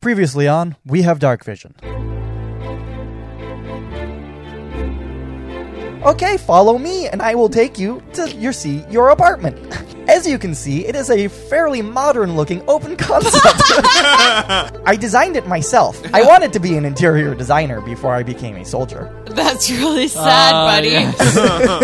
Previously on, we have dark vision. Okay, follow me and I will take you to your see your apartment. As you can see, it is a fairly modern looking open concept. I designed it myself. I wanted to be an interior designer before I became a soldier. That's really sad, Ah, buddy. yes.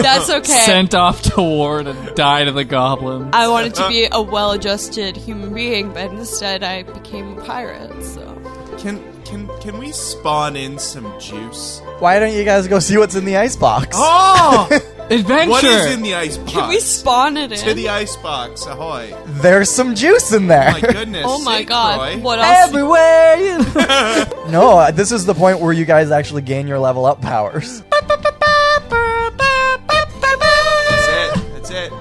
That's okay. Sent off to war to die to the goblins. I wanted to be a well-adjusted human being, but instead I became a pirate. So Can can can we spawn in some juice? Why don't you guys go see what's in the icebox? Oh, Adventure. what is in the ice box? can we spawn it in? to the ice box? Ahoy! There's some juice in there. My goodness! oh my sake, god! Roy. What else? Everywhere you... No, uh, this is the point where you guys actually gain your level up powers. That's it. That's it.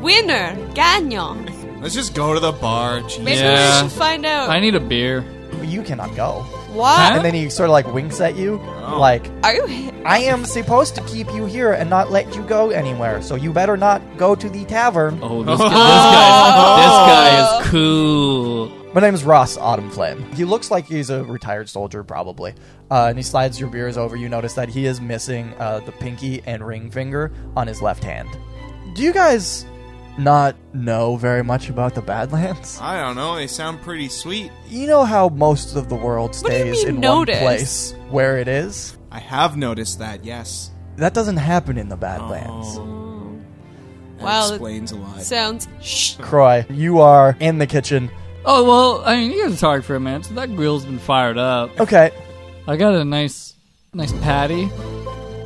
Winner, Gagnon. Let's just go to the bar. Jesus. Maybe Yeah. we should find out I need a beer. You cannot go. why. Huh? And then he sort of like winks at you, like, Are you? hi- I am supposed to keep you here and not let you go anywhere, so you better not go to the tavern. Oh, this, guy, this guy, this guy is cool. My name's Ross Autumn Flame. He looks like he's a retired soldier, probably. Uh, and he slides your beers over. You notice that he is missing uh, the pinky and ring finger on his left hand. Do you guys not know very much about the Badlands? I don't know. They sound pretty sweet. You know how most of the world What do you stays mean in notice? one place where it is? I have noticed that. Yes. That doesn't happen in the Badlands. That Wow, that- explains a lot. Sounds. Shh. Croy, you are in the kitchen. Oh well, I mean, you guys talk for a minute. So that grill's been fired up. Okay. I got a nice, nice patty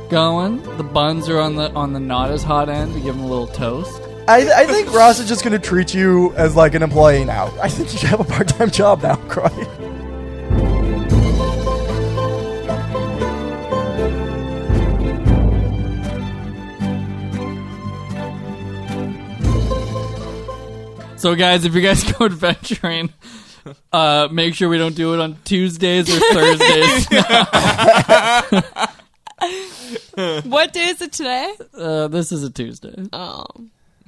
going. The buns are on the on the not as hot end. We give them a little toast. I, I think Ross is just going to treat you as like an employee now. I think you should have a part time job now, Croy. So guys, if you guys go adventuring, uh, make sure we don't do it on Tuesdays or Thursdays. What day is it today? uh, this is a Tuesday. Oh,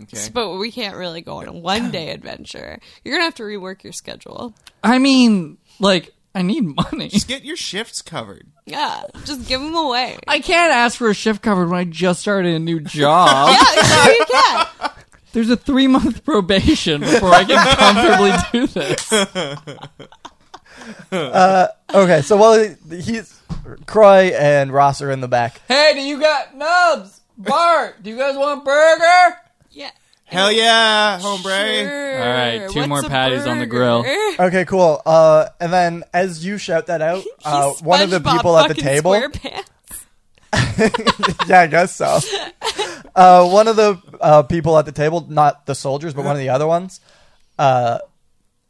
Okay. but we can't really go on a one-day adventure. You're gonna have to rework your schedule. I mean, like, I need money. Just get your shifts covered. Yeah, just give them away. I can't ask for a shift covered when I just started a new job. Yeah, sure Oh, you can. There's a three month probation before I can comfortably do this. Okay, so while he's. Croy and Ross are in the back. Hey, do you got nubs? Bart, do you guys want burger? Yeah. Hell yeah, hombre! Sure. All right, two What's more a patties on the grill. burger? Okay, cool. Uh, and then as you shout that out, uh, He's one of the SpongeBob people at the fucking table. SquarePants. yeah, I guess so. Uh, one of the uh, people at the table, not the soldiers, but one of the other ones, uh,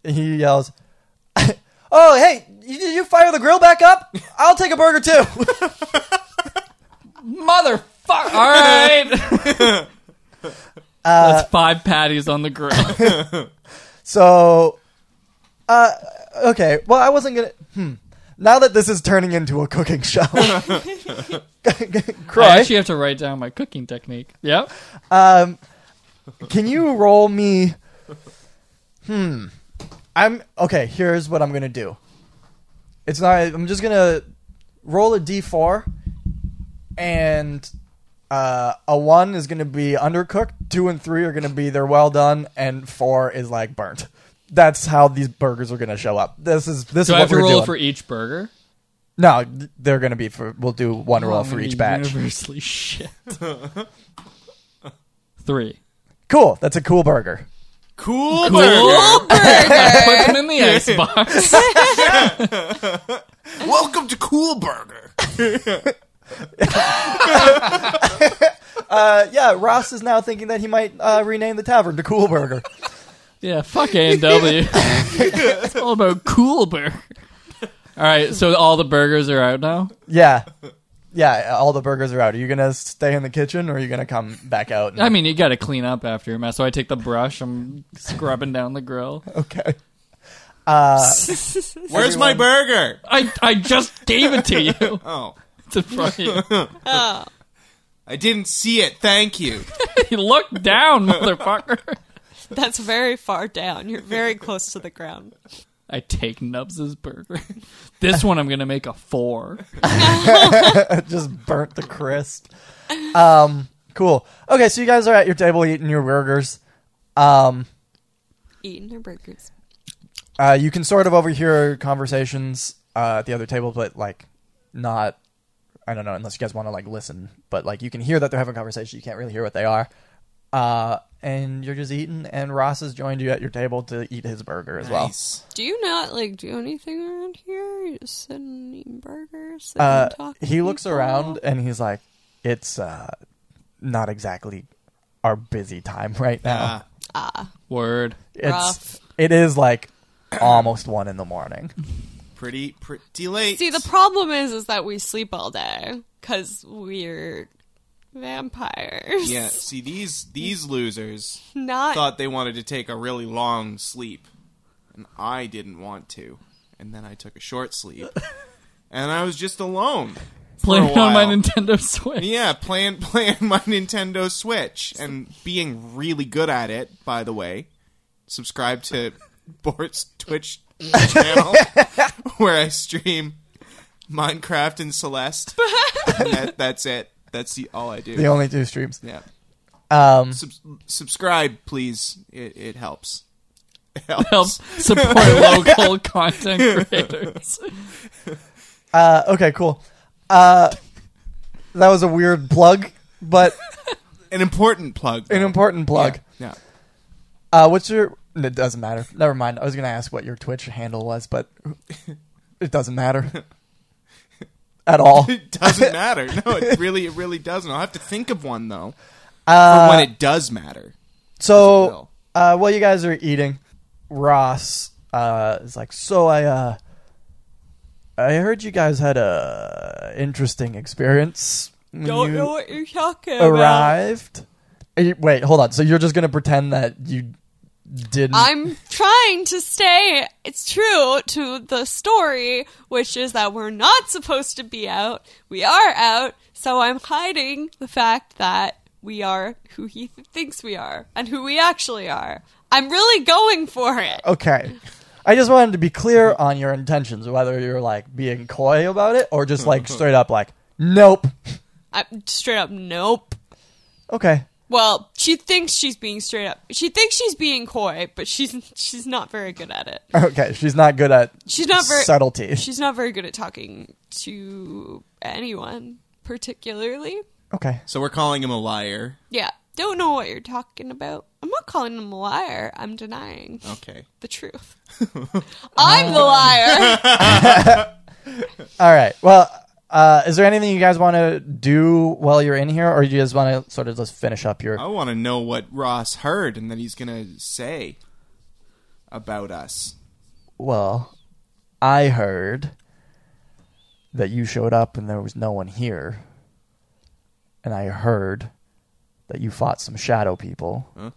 he yells, "Oh, hey, you- did you fire the grill back up? I'll take a burger too." Motherfucker! All right. That's five patties on the grill. so, uh, okay. Well, I wasn't gonna. Hmm. Now that this is turning into a cooking show, I Cry, actually have to write down my cooking technique. Yep. um, can you roll me? Hmm. I'm okay. Here's what I'm gonna do. It's not. I'm just gonna roll a d4, and uh, a one is gonna be undercooked. Two and three are gonna be they're well done, and four is like burnt. That's how these burgers are gonna show up. This is this is Do I what have to we're roll doing. for e- each burger? no, they're gonna be for. We'll do one roll I'm for gonna each be batch. Universally shit. Three. Cool. That's a cool burger. Cool. Cool, burger. Put them in the icebox. Welcome to Cool Burger. Uh, yeah, Ross is now thinking that he might uh, rename the tavern to Cool Burger. yeah, fuck A and W. It's all about cool burger. All right, so all the burgers are out now. Yeah. Yeah, all the burgers are out. Are you going to stay in the kitchen or are you going to come back out? and- I mean, you got to clean up after your mess. So I take the brush. I'm scrubbing down the grill. okay. Where's my burger? I I just gave it to you. Oh, It's in front of you. Oh. I didn't see it. Thank you. You Look down, motherfucker. That's very far down. You're very close to the ground. I take Nubs's burger. This one I'm gonna make a four. just burnt the crisp. Um, cool. Okay, so you guys are at your table eating your burgers. Um, Eating their burgers. uh, you can sort of overhear conversations uh, at the other table, but like not. I don't know unless you guys want to like listen, but like you can hear that they're having conversations. You can't really hear what they are. Uh, and you're just eating, and Ross has joined you at your table to eat his burger as well. Nice. Do you not like do anything around here? You just sit and eating burgers. Sit Uh, and talk to he looks people? around and he's like, "It's uh, not exactly our busy time right now." Ah, Word. it's Rough. it is like almost one in the morning. pretty pretty late. See, the problem is, is that we sleep all day because we're vampires. yeah. See these these Mm. losers Not thought they wanted to take a really long sleep, and I didn't want to. And then I took a short sleep, and I was just alone. for a Playing on my while. Nintendo Switch. Yeah, playing playing my Nintendo Switch and being really good at it. By the way, subscribe to Bort's Twitch channel where I stream Minecraft and Celeste. And that, that's it. That's the, all I do. The only two streams. yeah, Um, Sub- subscribe, please. It, it helps. It helps. Help support local content creators. uh, okay, cool. Uh, that was a weird plug, but An important plug. an though. important plug. Yeah. Uh, what's your? It doesn't matter. Never mind. I was gonna ask what your Twitch handle was, but it doesn't matter at all. It doesn't matter. No, it really, it really doesn't. I'll have to think of one though. Uh, for when it does matter. So, uh, while you guys are eating, Ross uh, is like, "So I, uh, I heard you guys had a interesting experience. when don't you know what you're talking about. arrived. Are you- Wait, hold on. So you're just gonna pretend that you didn't? I'm trying to stay. It's true to the story, which is that we're not supposed to be out. We are out, so I'm hiding the fact that we are who he th- thinks we are and who we actually are. I'm really going for it. okay. I just wanted to be clear on your intentions, whether you're like being coy about it or just like straight up like, nope. I'm straight up nope. Okay. Well, she thinks she's being straight up. She thinks she's being coy, but she's she's not very good at it. Okay. She's not good at She's not very subtlety. she's not very good at talking to anyone particularly. okay. So we're calling him a liar. Yeah. Don't know what you're talking about. I'm not calling him a liar. I'm denying Oh. Okay. the truth. I'm the liar. All right. Well, uh, is there anything you guys want to do while you're in here, or you just want to sort of just finish up your? I want to know what Ross heard and that he's going to say about us. Well, I heard that you showed up and there was no one here, and I heard that you fought some shadow people.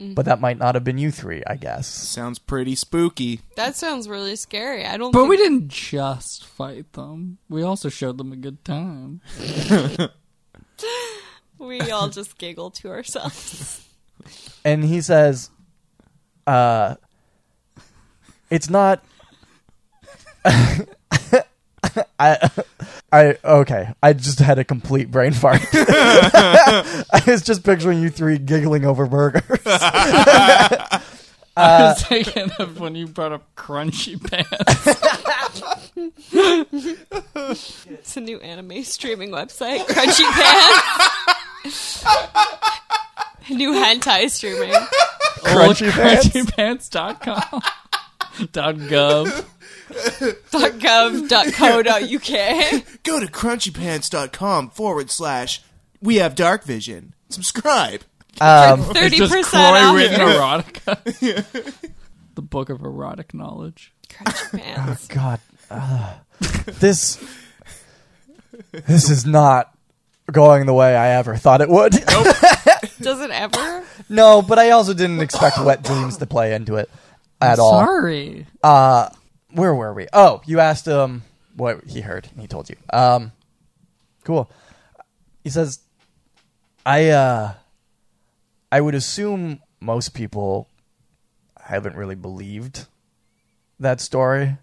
But that might not have been you three, I guess. Sounds pretty spooky. that sounds really scary. I don't But think we didn't just fight them. We also showed them a good time. we all just giggle to ourselves. And he says, "Uh, it's not." I, I okay. I just had a complete brain fart. I was just picturing you three giggling over burgers. I Uh, was thinking of when you brought up crunchy pants. It's a new anime streaming website, Crunchy Pants. new hentai streaming. Crunchy pants? Crunchypants.com. Dot gov. .gov.co.uk. Go to crunchypants.com forward slash we have dark vision. Subscribe. Um, It's Thirty just percent Croy off written your erotica. the book of erotic knowledge. Crunchy Pants. God, ugh. this this is not going the way I ever thought it would. Does it ever? no, but I also didn't expect Wet Dreams to play into it at all. Sorry. Uh, where were we? Oh, you asked him what he heard, and he told you. Um, cool. He says, "I uh, I would assume most people haven't really believed that story?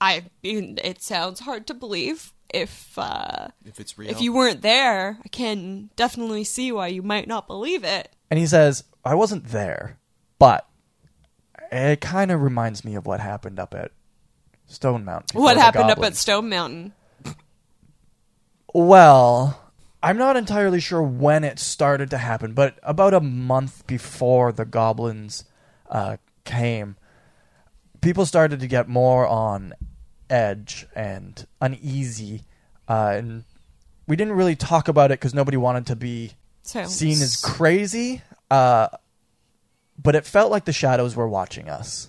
I mean, it sounds hard to believe. If uh, If it's real. if you weren't there, I can definitely see why you might not believe it. And he says, I wasn't there, but it kind of reminds me of what happened up at Stone Mountain. before what the happened up at goblins." Stone Mountain? Well, I'm not entirely sure when it started to happen, but about a month before the goblins uh, came, people started to get more on edge and uneasy, uh, and we didn't really talk about it because nobody wanted to be So seen as crazy. Uh, but it felt like the shadows were watching us.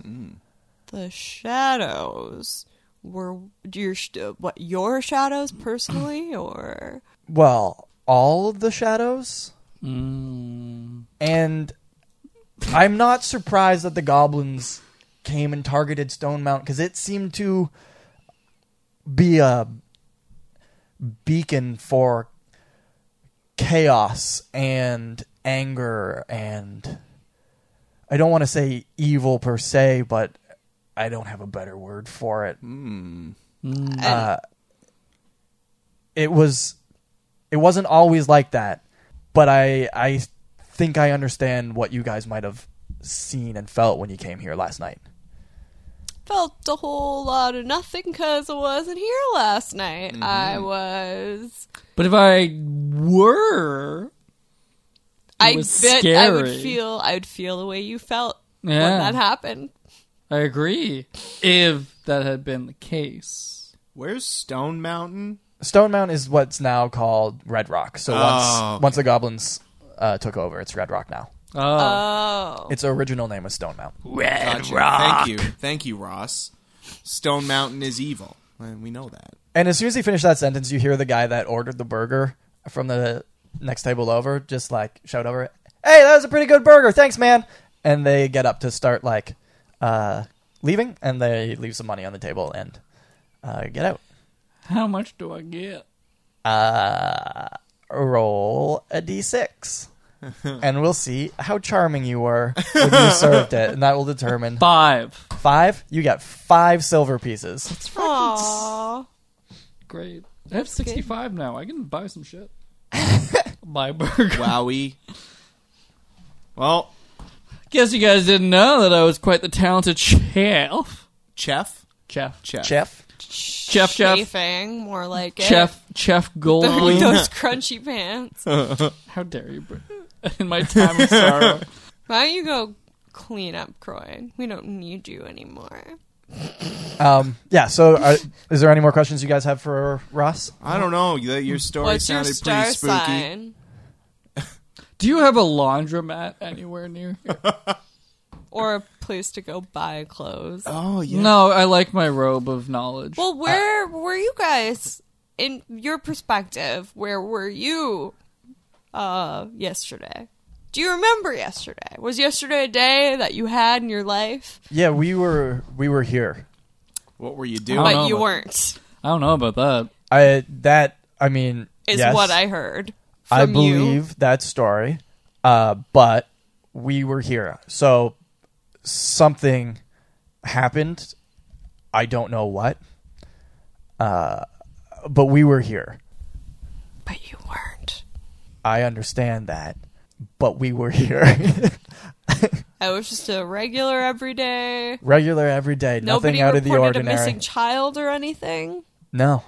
the shadows were your sh- uh, what your shadows personally or Well, all of the shadows. And I'm not surprised that the goblins came and targeted Stone Mountain because it seemed to be a beacon for chaos and anger and I don't want to say evil per se, but I don't have a better word for it. Uh, it was it wasn't always like that, but I I think I understand what you guys might have seen and felt when you came here last night. felt a whole lot of nothing because I wasn't here last night. I was. But if I were, I was bet I would scary. feel. I would feel the way you felt Yeah. when that happened. I agree. If that had been the case, Where's Stone Mountain? Stone Mountain is what's now called Red Rock. So once Oh, okay. once the goblins uh, took over, it's Red Rock now. oh, Oh, Its original name was Stone Mountain. Gotcha. Thank you. Thank you, Ross. Stone Mountain is evil. And we know that. And as soon as he finished that sentence, you hear the guy that ordered the burger from the next table over just like shout over, "Hey, that was a pretty good burger. Thanks, man." And they get up to start like uh, leaving, and they leave some money on the table and uh, get out. how much do I get? uh, roll a d6. and we'll see how charming you were when you served it. And that will determine. Five. Five? You got five silver pieces. Aw. Great. I have sixty-five now. I can buy some shit. buy a burger. Wowie. Well, Guess you guys didn't know that I was quite the talented chef. Chef. Chef. Chef. Chef? Chef. Chef. Chafing, more like it. Chef. Chef Goldblum. With those crunchy pants. How dare you, bro? In my time of sorrow. Why don't you go clean up, Croy? We don't need you anymore. Um, yeah, so are, is there any more questions you guys have for Ross? I don't know. Your your story What's your sounded star pretty spooky. sign? Do you have a laundromat anywhere near? here? Or a place to go buy clothes? Oh yeah. No, I like my robe of knowledge. Well, where were you guys in your perspective? Where were you uh yesterday? Do you remember yesterday? Was yesterday a day that you had in your life Yeah, we were we were here. What were you doing? don't but know you about- weren't? I don't know about that. I that I mean Is yes, what I heard. From I You. believe that story. Uh, but we were here. So something happened. I don't know what. Uh, but we were here. But you weren't. I understand that. But we were here. I was just a regular everyday. Regular every day. Nobody nothing out of the reported ordinary. a missing child or anything. no.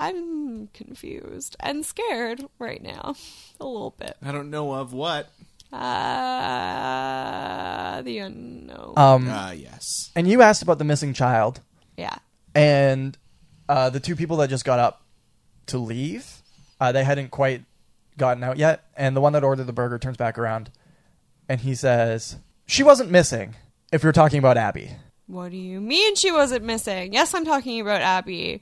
I'm confused and scared right now, a little bit. I don't know of what. Uh, the unknown. Um, Ah, yes. and you asked about the missing child. yeah. and uh, the two people that just got up to leave, uh, they hadn't quite gotten out yet. And the one that ordered the burger turns back around, and he says, "She wasn't missing." If you're talking about Abby, What do you mean she wasn't missing? Yes, I'm talking about Abby.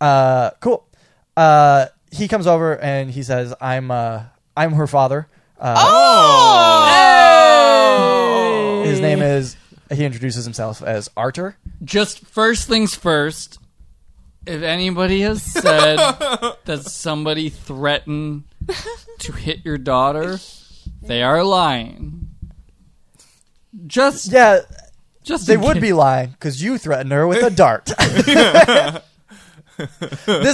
uh, cool. Uh, he comes over and he says, "I'm uh, I'm her father. Uh, Oh. Oh. His name is." He introduces himself as Arter. Just first things first. If anybody has said that somebody threatened to hit your daughter, they are lying. Just Yeah, Just They in would case- be lying because you threatened her with a dart. this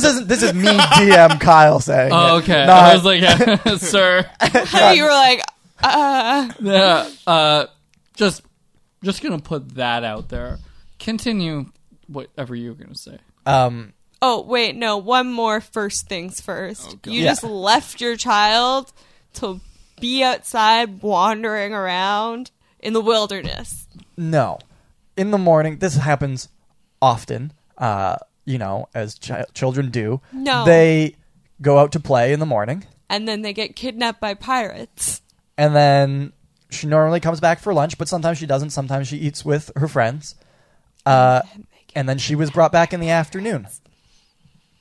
isn't. This is me, DM Kyle saying. Oh, it, okay. I not- was like, yeah, sir. you were like, uh, Yeah, uh, just, just gonna put that out there. Continue whatever you were gonna say. um, oh, wait, no, one more first things first. God. you Yeah. just left your child to be outside wandering around in the wilderness. No. In the morning, this happens often, uh, you know, as chi- children do. No. They go out to play in the morning, And then they get kidnapped by pirates. and then she normally comes back for lunch, but sometimes she doesn't. Sometimes she eats with her friends. Uh, and then she was brought back in the afternoon.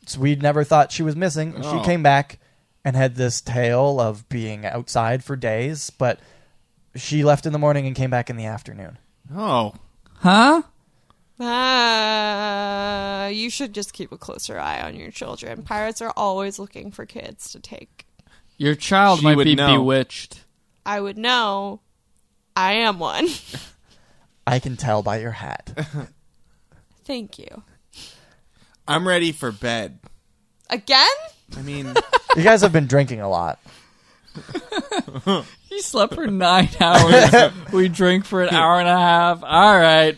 So we never thought she was missing. Oh. She came back and had this tale of being outside for days, but she left in the morning and came back in the afternoon. Oh, Huh? Uh, you should just keep a closer eye on your children. Pirates are always looking for kids to take. Your child She might would be know. bewitched. I would know. I am one. I can tell by your hat. Thank you. I'm ready for bed. Again? I mean, you guys have been drinking a lot. He slept for nine hours. we drink for an hour and a half. All right.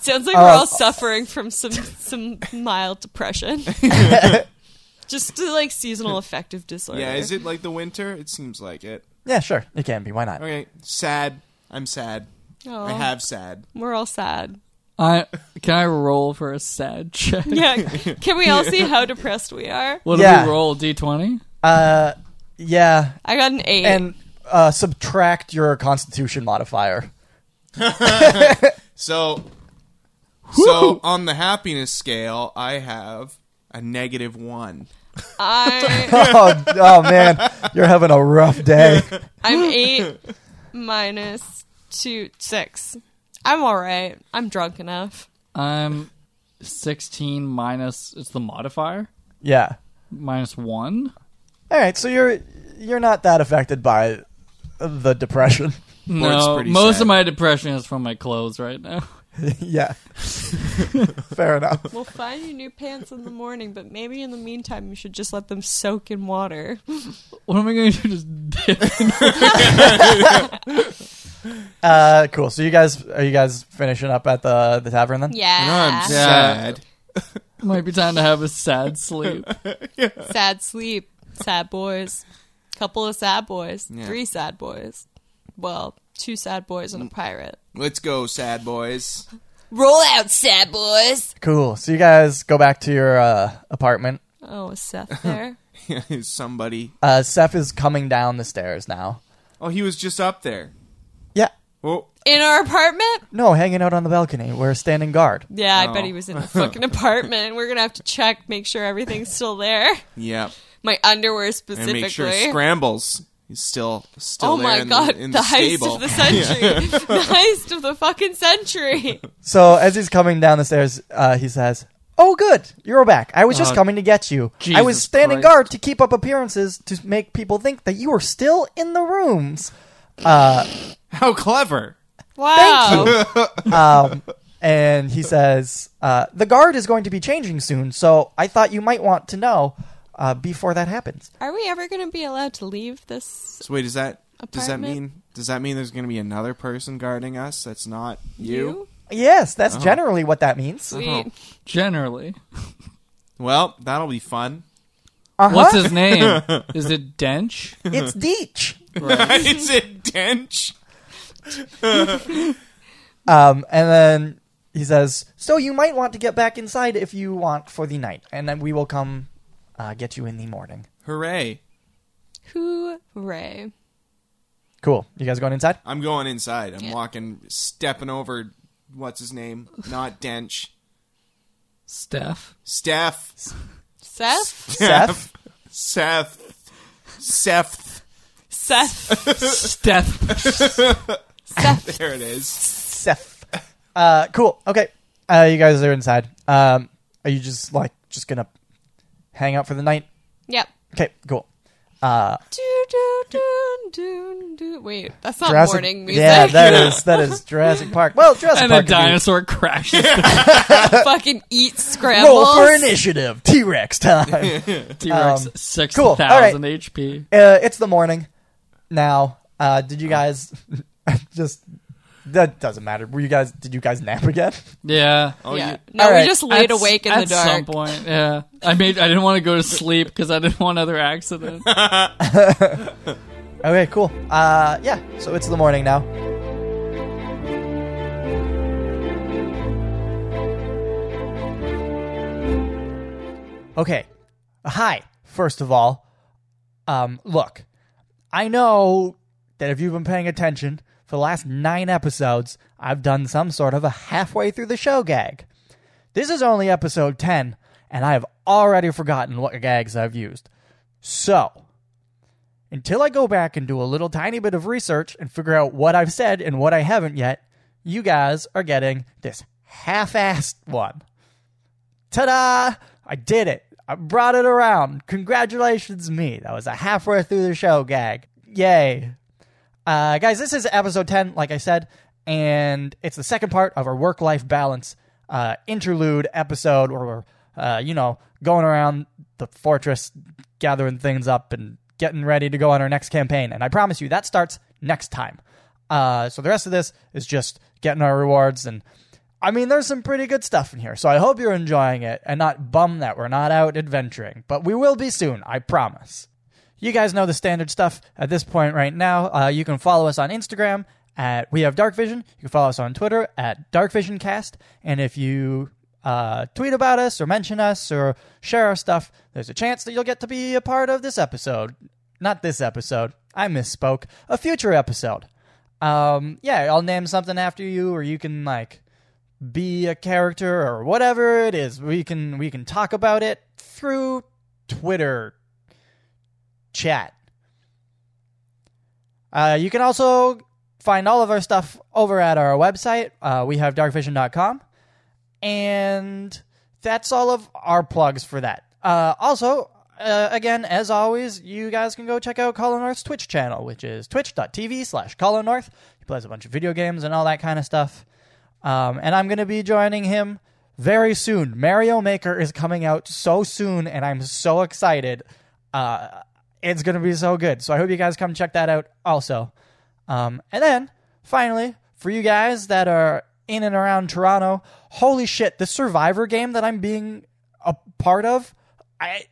Sounds like we're all Uh, suffering from some some mild depression. Just uh, like seasonal affective disorder. yeah, is it like the winter? It seems like it. Yeah, sure. It can be. Why not? Okay, sad. I'm sad. Aw, I have sad. We're all sad. I can I roll for a sad check? Yeah. Can we all see how depressed we are? What Yeah. do we roll? D twenty. Uh, yeah, I got an eight. and uh, subtract your Constitution modifier. So, so on the happiness scale, I have a negative one. I oh, oh man, you're having a rough day. I'm eight minus two six. I'm all right. I'm drunk enough. I'm sixteen minus. It's the modifier Yeah. minus one. All right, so you're you're not that affected by the depression. Board's No, pretty most sad. of my depression is from my clothes right now. yeah. Fair enough. We'll find you new pants in the morning, but maybe in the meantime you should just let them soak in water. What am I going to do? Just dip? Uh, cool. So you guys are you guys finishing up at the the tavern then? You know, I'm Yeah. sad. Might be time to have a sad sleep. sad sleep, sad boys, couple of sad boys, Yeah. three sad boys. Well, two sad boys and a pirate. Let's go, sad boys. Roll out, sad boys. Cool. So you guys go back to your uh, apartment. Oh, is Seth there? Somebody. Uh, Seth is coming down the stairs now. Oh, he was just up there. Yeah. Oh, in our apartment? No, hanging out on the balcony. We're standing guard. Yeah, I Oh. bet he was in the fucking apartment. We're gonna have to check, make sure everything's still there. yeah. My underwear And specifically. make sure scrambles is still still oh there my in god, the, in the, the, heist stable. of the century. The heist of the fucking century. So as he's coming down the stairs, uh, he says, "Oh, good, you're back. I was just Oh, coming to get you. I was Jesus standing Christ. guard to keep up appearances to make people think that you were still in the rooms." Uh, How clever! Wow. um, and he says, uh, "The guard is going to be changing soon, so I thought you might want to know uh, before that happens." Are we ever gonna be allowed to leave this So wait, does that does that Apartment? mean does that mean there's going to be another person guarding us? That's not you. Uh-huh. you? Yes, that's Uh-huh. generally what that means. Sweet. Generally, Well, that'll be fun. Uh-huh. what's his name? Is it Dench? It's Deech. is it Dench? Um, and then he says, "So you might want to get back inside if you want for the night, and then we will come uh, get you in the morning." Hooray! Hooray. Cool. You guys going inside? I'm going inside. I'm walking, stepping over. What's his name? Not Dench. Steph. Steph. Seth? Seth? Seth. Seth. Seth. Steph. Seth. There it is. Seth. Uh, cool. Okay. Uh, you guys are inside. Um, are you just like just gonna hang out for the night? Yep. Okay. Cool. Uh, Do, do, do, do, do. Wait, that's not Jurassic- warning music. Yeah, that is that is Jurassic Park. Well, Jurassic And a Park. could be- dinosaur crashes the fucking eat Roll scrambles. for initiative. T Rex time. T Rex Um, six cool. All right. thousand HP. uh, it's the morning now. Uh, did you guys just? That doesn't matter. Were you guys? Did you guys nap again? Yeah. Oh, yeah. you- No, Alright. we just laid At s- awake in at the dark. some point, yeah. I made. I didn't want to go to sleep because I didn't want another accident. Okay, cool. Uh, yeah. So it's the morning now. Okay. Hi. First of all, um, look, I know that if you've been paying attention for the last nine episodes, I've done some sort of a halfway through the show gag. This is only episode 10, and I have already forgotten what gags I've used. So, until I go back and do a little tiny bit of research and figure out what I've said and what I haven't yet, you guys are getting this half assed one. Ta da! I did it. I brought it around. Congratulations, me. That was a halfway through the show gag. Yay. Uh, guys, this is episode 10, like I said, and it's the second part of our work life balance uh, interlude episode where we're, uh, you know, going around the fortress, gathering things up, and getting ready to go on our next campaign. And I promise you, that starts next time. Uh, so the rest of this is just getting our rewards and. I mean, there's some pretty good stuff in here, so I hope you're enjoying it and not bummed that we're not out adventuring. But we will be soon, I promise. You guys know the standard stuff at this point right now. Uh, you can follow us on Instagram at We Have Dark Vision. You can follow us on Twitter at Dark Vision Cast. And if you uh, tweet about us or mention us or share our stuff, there's a chance that you'll get to be a part of this episode. Not this episode. I misspoke. A future episode. Um, yeah, I'll name something after you, or you can like be a character or whatever it is. We can we can talk about it through Twitter chat. Uh, you can also find all of our stuff over at our website. Uh, we have darkvision.com. And that's all of our plugs for that. Uh, also, uh, again, as always, you guys can go check out Colin North's Twitch channel, which is twitch.tv slash Colin North. He plays a bunch of video games and all that kind of stuff. Um, and I'm going to be joining him very soon. Mario Maker is coming out so soon, and I'm so excited. Uh, it's going to be so good. So I hope you guys come check that out also. Um, and then, finally, for you guys that are in and around Toronto, holy shit, the Survivor game that I'm being a part of, I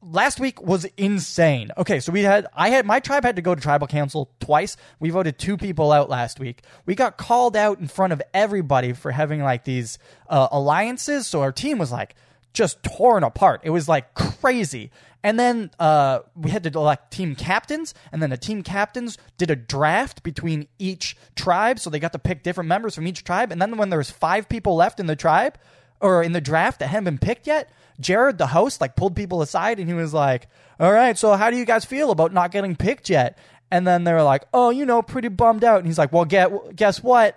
last week was insane. Okay, so we had I had my tribe had to go to tribal council twice. We voted two people out last week. We got called out in front of everybody for having like these uh, alliances. So our team was like just torn apart. It was like crazy. And then uh, we had to elect team captains, and then the team captains did a draft between each tribe, so they got to pick different members from each tribe. And then when there was five people left in the tribe, or in the draft that hadn't been picked yet, Jared, the host, like pulled people aside and he was like, All right, so how do you guys feel about not getting picked yet? And then they were like, Oh, you know, pretty bummed out. And he's like, Well, get, guess what?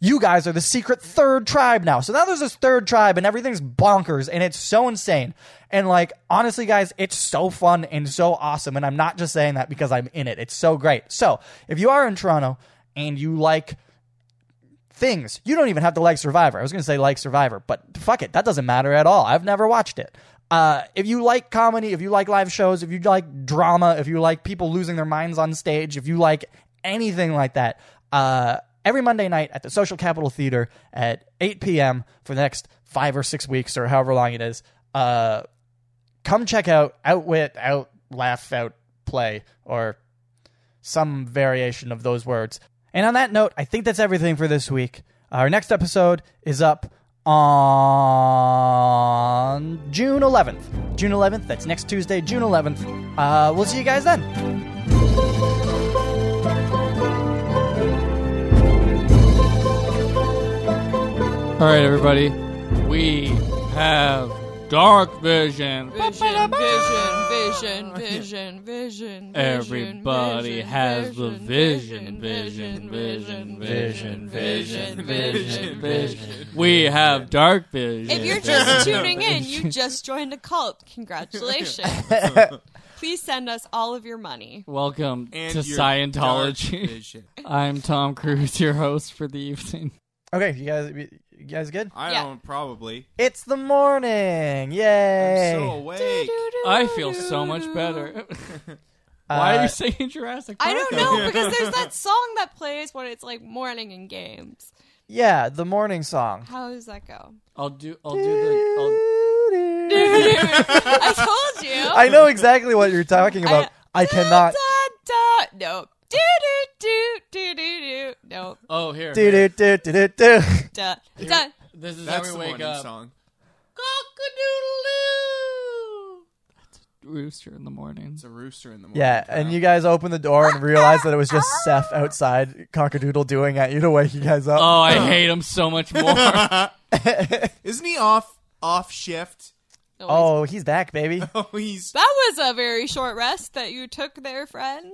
You guys are the secret third tribe now. So now there's this third tribe and everything's bonkers and it's so insane. And like, honestly, guys, it's so fun and so awesome. And I'm not just saying that because I'm in it. It's so great. So if you are in Toronto and you like things. You don't even have to like Survivor. I was going to say like Survivor, but fuck it, that doesn't matter at all. I've never watched it. Uh, if you like comedy, if you like live shows, if you like drama, if you like people losing their minds on stage, if you like anything like that, uh, every Monday night at the Social Capital Theater at 8 p.m. for the next five or six weeks or however long it is, uh, come check out Outwit, Out Laugh, Out Play, or some variation of those words. And on that note, I think that's everything for this week. Our next episode is up on June 11th. June 11th, that's next Tuesday, June 11th. Uh, we'll see you guys then. All right, everybody. We have dark vision. Vision, vision, vision, vision, vision. Everybody has the vision, vision, vision, vision, vision, vision, vision, vision, vision. We have dark vision. If you're just tuning in, you just joined a cult. Congratulations. Please send us all of your money. Welcome And to your dark Scientology. vision. I'm Tom Cruise, your host for the evening. Okay, you guys, you guys good? I Yeah. don't probably. It's the morning, I'm yay! so awake. I feel so much better. Uh, Why are you singing Jurassic Park? I don't know because there's that song that plays when it's like morning in games. Yeah, the morning song. How does that go? I'll do. I'll do um, the. I told you. I know exactly what you're talking about. I, cannot. Uh, Da, da, da. Nope. Do do do do do do. Nope. I'll, oh, here. Do do do do do do. Da da. This is That's how the we wake morning up. song. Cock-a-doodle-doo. Rooster in the morning. It's a rooster in the morning. Yeah, um, and you guys opened the door and realized that it was just Seth outside cockadoodle doing at you to wake you guys up. Oh, I hate him so much more. Isn't he off off shift? No, it's- Oh, he's back, baby. Oh, he's That was a very short rest that you took there, friend.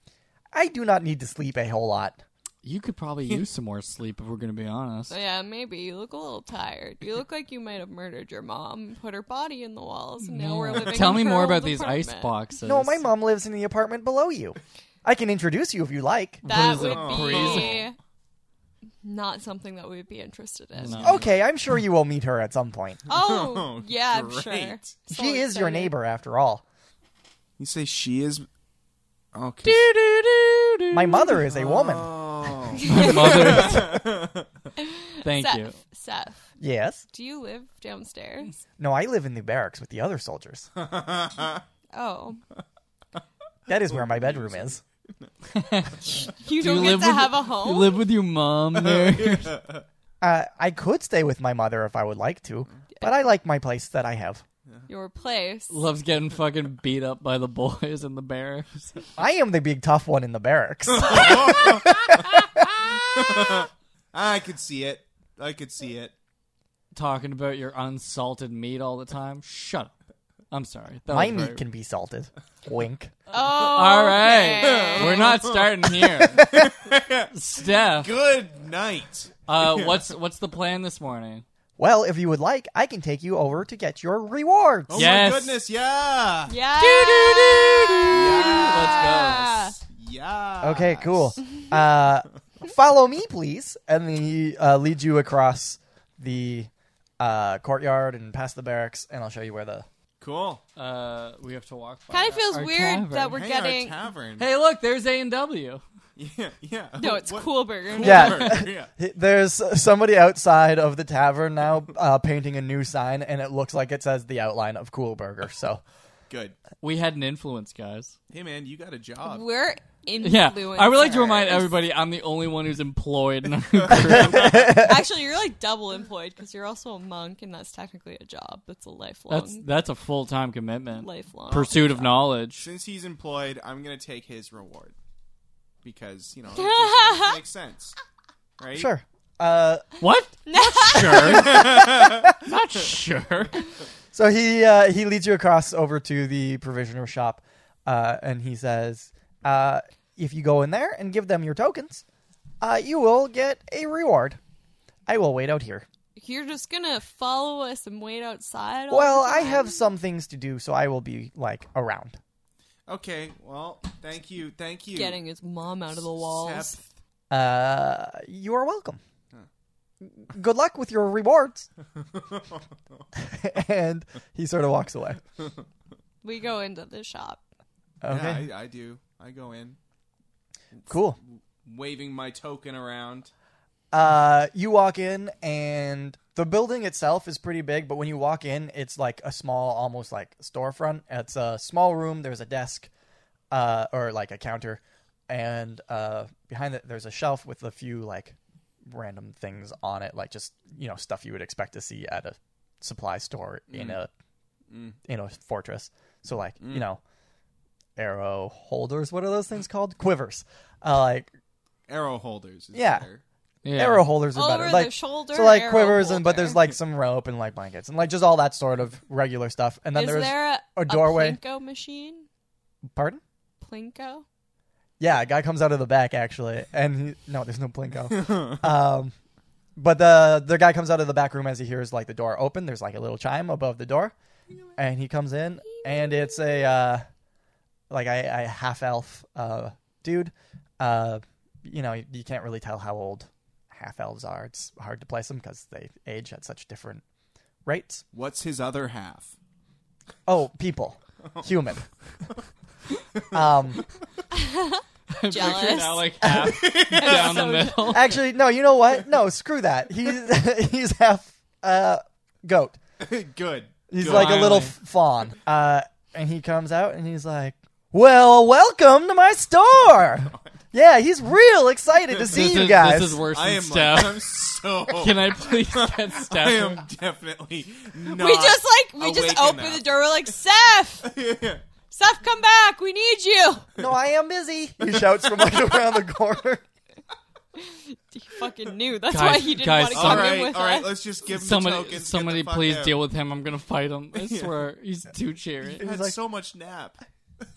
I do not need to sleep a whole lot. you could probably use some more sleep if we're going to be honest. So yeah, maybe you look a little tired. You look like you might have murdered your mom, put her body in the walls, and now we're living. Tell in me her more old about these apartment. ice boxes. No, my mom lives in the apartment below you. I can introduce you if you like. That Prison. would be Prison. not something that we'd be interested in. No. Okay, I'm sure you will meet her at some point. Oh, Oh, yeah, I'm great. sure. So She is your excited. neighbor after all. You say she is. Okay. My mother is a woman. Oh. My mother. Thank Seth, you. Seth, Yes. do you live downstairs? No, I live in the barracks with the other soldiers. Oh, That is where my bedroom is. you Do don't live get to with- have a You home. live with your mom there. Uh, I could stay with my mother if I would like to, but I like my place that I have. your place. Loves getting fucking beat up by the boys in the barracks. I am the big tough one in the barracks. I could see it. I could see it. Talking about your unsalted meat all the time. Shut up. I'm sorry. That my was very- meat can be salted. Wink. Oh, All right. okay. We're not starting here. Steph, Good night. uh, what's what's the plan this morning? Well, if you would like, I can take you over to get your rewards. Oh Yes. my goodness! Yeah. Yeah. Let's go. Yeah. Okay, cool. Uh, follow me, please, and then he uh, leads you across the uh, courtyard and past the barracks, and I'll show you where the. Cool. go. Uh, we have to walk. by Kind of that- feels our weird tavern. that we're Hey, getting. our tavern. Hey, look, there's A and W. Yeah. Yeah. No, it's What- cool burger. Yeah. yeah. There's somebody outside of the tavern now uh, painting a new sign, and it looks like it says the outline of Cool Burger. So Good. We had an influence, guys. Hey, man, you got a job. We're influencers. Yeah, I would like to remind everybody I'm the only one who's employed. In our group. Actually, you're like double employed because you're also a monk, and that's technically a job. That's a lifelong. that's that's a full time commitment. lifelong. Pursuit of knowledge. Since he's employed, I'm gonna take his reward because you know it just makes sense, right? sure. Uh, What? Not sure. Not sure. So he uh, he leads you across over to the provisioner shop, uh, and he says, uh, "If you go in there and give them your tokens, uh, you will get a reward. I will wait out here. You're just gonna follow us and wait outside. all Well, the I time? have some things to do, so I will be like around. Okay. Well, thank you. Thank you. getting his mom out of the walls. Seth. Uh, you are welcome. Good luck with your rewards." and he sort of walks away. We go into the shop. Okay, Yeah, I, I do. I go in cool. waving my token around. Uh, you walk in, and the building itself is pretty big, but when you walk in, it's like a small, almost like storefront. It's a small room. There's a desk, uh, or like a counter, and uh, behind it, there's a shelf with a few like random things on it, like just you know stuff you would expect to see at a supply store in a in a fortress. So like you know, arrow holders. What are those things called? Quivers. Uh, like Arrow holders. Is Yeah. Better. Yeah. Arrow holders are Over better. the like shoulder so like arrow quivers and but holder. there's like some rope and like blankets and like just all that sort of regular stuff. And then Is there's there a, a doorway. Plinko machine? pardon? Plinko? Yeah, a guy comes out of the back actually, and he, no, there's no Plinko. um, but the the guy comes out of the back room as he hears like the door open. There's like a little chime above the door, and he comes in, and it's a uh, like a, a half elf uh, dude. Uh, you know, you, you can't really tell how old half elves are. It's hard to place them because they age at such different rates. What's his other half? Oh, people, human. um, Jealous. Alec half down the middle. Actually, no. You know what? No, screw that. He's he's half uh, goat. Good. He's Good. like a little f- fawn. Uh, and he comes out and he's like, "Well, welcome to my store." Yeah, he's real excited to see This you is, guys. this is worse I than am. Steph. Like, I'm so. Can I please get Steph? Oh I am definitely not. We just like we just awaken open up. the door. We're like, Seth, Seth, come back. We need you. no, I am busy. He shouts from like around the corner. He fucking knew. That's Guys- why he didn't guys, want to sorry. all come in right, with all right. us. Let's just give him somebody, the tokens. somebody, get the fuck please out. deal with him. I'm gonna fight him. I swear, he's too cheery. Had like- so much nap.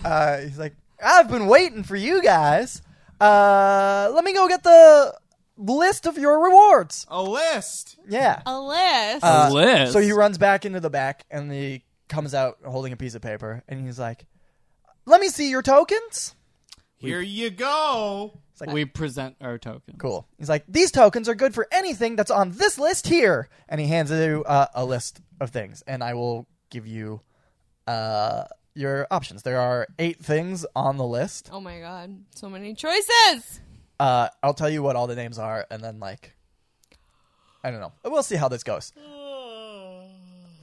Uh, he's like, "I've been waiting for you guys. Uh, let me go get the list of your rewards." A list. Yeah. Alas, Uh, A list. So he runs back into the back and he comes out holding a piece of paper and he's like, "Let me see your tokens." Here you go. We present our token. Cool. He's like, "These tokens are good for anything that's on this list here." And he hands you uh, a list of things, and I will give you uh, your options. There are eight things on the list. oh my god, so many choices. Uh, I'll tell you what all the names are, and then like, I don't know. We'll see how this goes.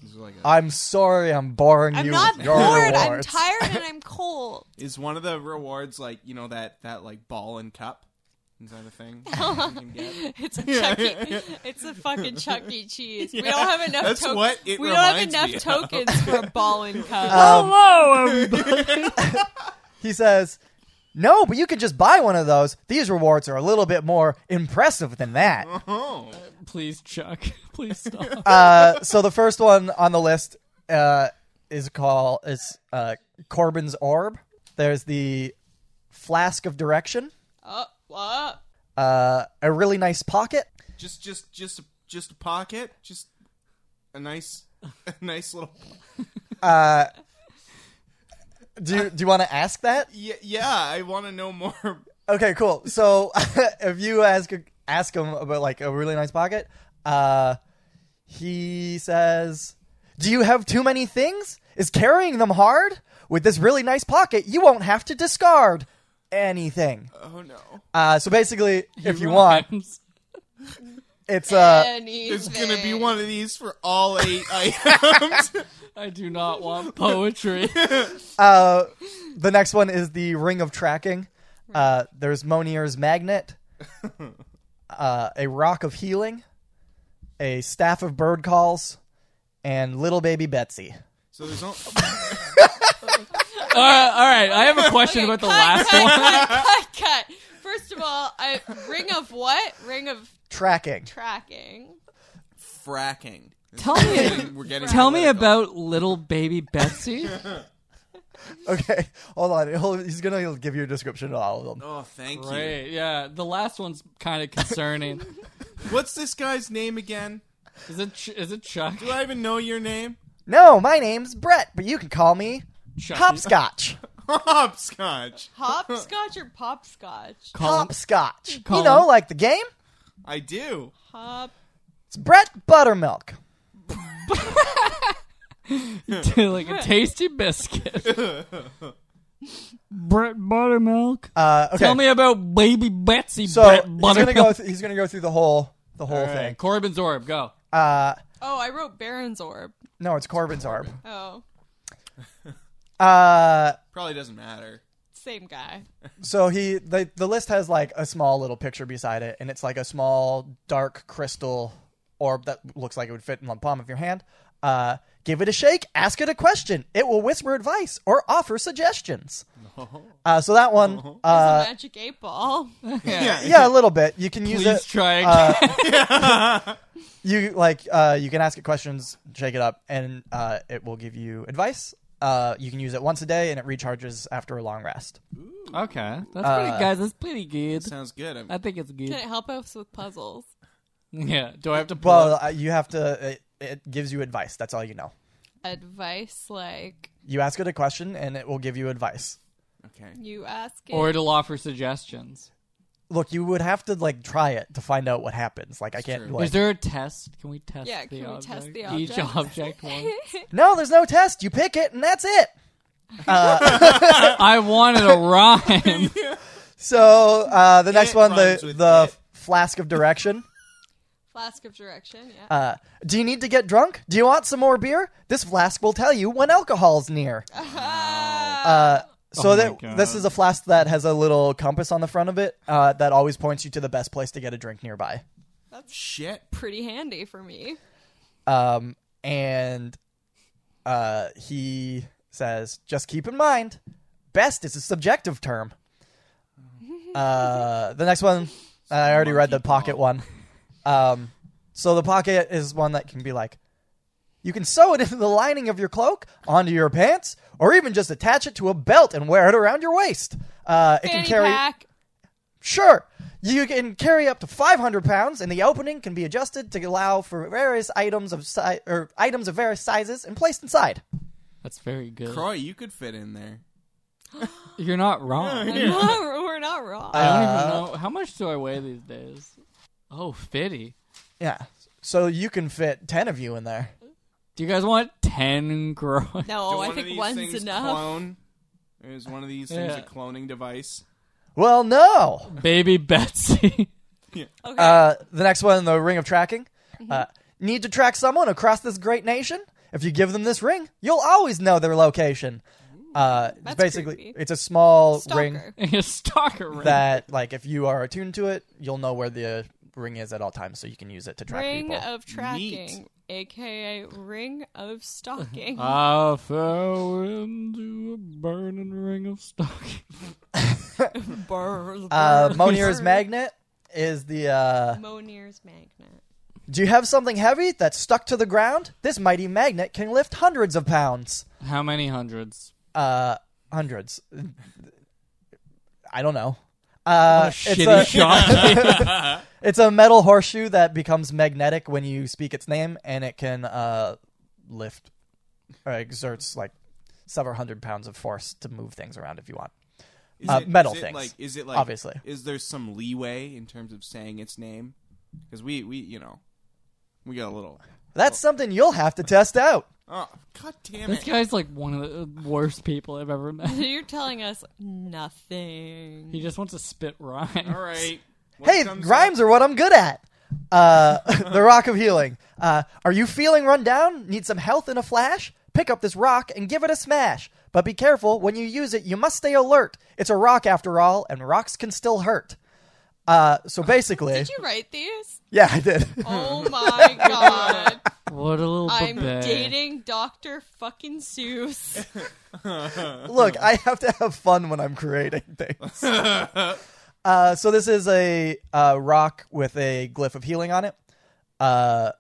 Is, like a- I'm sorry, I'm boring I'm you. not with your bored. I'm rewards. tired and I'm cold. is one of the rewards like you know that that like ball and cup? Is that a thing? you Oh. can get? It's a Chuck E. It's a fucking Chuck E. Cheese. we don't have enough. that's tokens. what it we don't have reminds enough me of. tokens for a ball and cup. Uh, Um, Hello, everybody. He says, No, but you could just buy one of those. These rewards are a little bit more impressive than that. Oh, please, Chuck. Please stop. Uh, so the first one on the list uh, is called is uh, Corbin's Orb. There's the Flask of Direction, oh, what? uh, a really nice pocket, just just just just a pocket, just a nice a nice little uh, do you, do you want to ask that? yeah. yeah I want to know more. Okay, cool. So if you ask ask him about like a really nice pocket, uh, he says, "Do you have too many things? Is carrying them hard? With this really nice pocket, you won't have to discard anything." Oh no, Uh, so basically, if you want, Rhymes. it's uh, there's Anything. gonna be one of these for all eight items. I do not want poetry. uh, the next one is the ring of tracking. Uh, there's Monier's magnet, uh, a rock of healing, a staff of bird calls, and little baby Betsy. so there's no. all, right, all right, I have a question Okay, about the cut, last cut, one. Cut, cut, cut. First of all, I ring of what? Ring of Tracking. tracking. fracking. Tell me, We're getting tell me political. about little baby Betsy. Okay, hold on. He'll, he's gonna give you a description of all of them. Oh, thank Right? Yeah, the last one's kind of concerning. you. What's this guy's name again? Is it? Ch- Is it Chuck? Do I even know your name? No, my name's Brett, but you can call me Chuck. Hopscotch. Hopscotch. Hopscotch or popscotch? Call him- Hopscotch. You Colin. know, like the game. I do. Hop. It's Brett Buttermilk. to like a tasty biscuit. Brett Buttermilk. Uh, okay. Tell me about baby Betsy So Brett he's gonna Buttermilk. go. Th- he's gonna go through the whole the whole All thing. right, Corbin's orb, go. Uh, Oh, I wrote Baron's orb. no, it's Corbin's orb. Oh, Uh, Probably doesn't matter. same guy. so he the the list has like a small little picture beside it, and it's like a small dark crystal orb that looks like it would fit in the palm of your hand. Uh, give it a shake, ask it a question. It will whisper advice or offer suggestions. Uh, so that one, uh, a magic eight ball. Yeah. yeah, a little bit. You can use Please it. try again. you like uh, you can ask it questions, shake it up, and uh, it will give you advice. Uh, you can use it once a day, and it recharges after a long rest. okay, that's uh, pretty guys. That's pretty good. Sounds good. I'm, I think it's Can good. it help us with puzzles? Yeah. Do I have to pull? Well, up- uh, you have to. It, it gives you advice. That's all you know. Advice like You ask it a question, and it will give you advice. okay. you ask it. or it'll offer suggestions. Look, you would have to like try it to find out what happens. Like I can't. true. Like, Is there a test? Can we test? Yeah, the can we object? test the Each object one. no, there's no test. You pick it, and that's it. I wanted a rhyme. So uh, the next one, the rhymes with the it. flask of direction. flask of direction. Yeah. Uh, do you need to get drunk? Do you want some more beer? This flask will tell you when alcohol's near. Uh-huh. Uh, so Oh my that God. this is a flask that has a little compass on the front of it uh, that always points you to the best place to get a drink nearby. Shit. Pretty handy for me. Um, and uh, he says, just keep in mind, best is a subjective term. Uh, the next one, I already read the Monkey paw. pocket one. Um, so the pocket is one that can be like, you can sew it into the lining of your cloak, onto your pants, or even just attach it to a belt and wear it around your waist. Uh, it Fanny can carry. pack. Sure. You can carry up to 500 pounds, and the opening can be adjusted to allow for various items of si- or items of various sizes and placed inside. That's very good. Croy, you could fit in there. You're not wrong. I'm not- we're not wrong. Uh, I don't even know how much do I weigh these days. Oh, fifty. Yeah. So you can fit 10 of you in there. Do you guys want ten grown? no, Do Oh, I one of think these one's things enough. Clone? Is one of these things Yeah. a cloning device? Well, no. Baby Betsy. Okay. Mm-hmm. Uh, the next one, the ring of tracking. Uh, need to track someone across this great nation? If you give them this ring, you'll always know their location. Uh, it's That's basically, creepy. it's a small ring Stalker. a stalker ring. that, like, if you are attuned to it, you'll know where the ring is at all times, so you can use it to track Ring people. of tracking, aka ring of stalking. Uh, I fell into a burning ring of stalking. Burr, Uh, burr, Monier's burr. magnet is the. Uh, Monier's magnet. do you have something heavy that's stuck to the ground? This mighty magnet can lift hundreds of pounds. How many hundreds? Uh, hundreds. I don't know. Uh, it's, Shitty a, shot. it's a metal horseshoe that becomes magnetic when you speak its name, and it can uh, lift or exerts like several hundred pounds of force to move things around if you want. Is Uh, metal is things, like, is it like? obviously. Is there some leeway in terms of saying its name? Because we, we, you know, we got a little. That's something you'll have to test out. Oh, god damn this it! guy's like one of the worst people I've ever met. You're telling us nothing. He just wants to spit rhyme. All right. What hey, comes rhymes are what I'm good at. Uh, the Rock of Healing. Uh, are you feeling run down? Need some health in a flash? Pick up this rock and give it a smash. But be careful when you use it. You must stay alert. It's a rock after all, and rocks can still hurt. Uh, so basically, Did you write these? yeah, I did. Oh my god. What a little I'm bebe. dating Dr. fucking Seuss. Look, I have to have fun when I'm creating things. uh, so this is a uh, rock with a glyph of healing on it. Uh,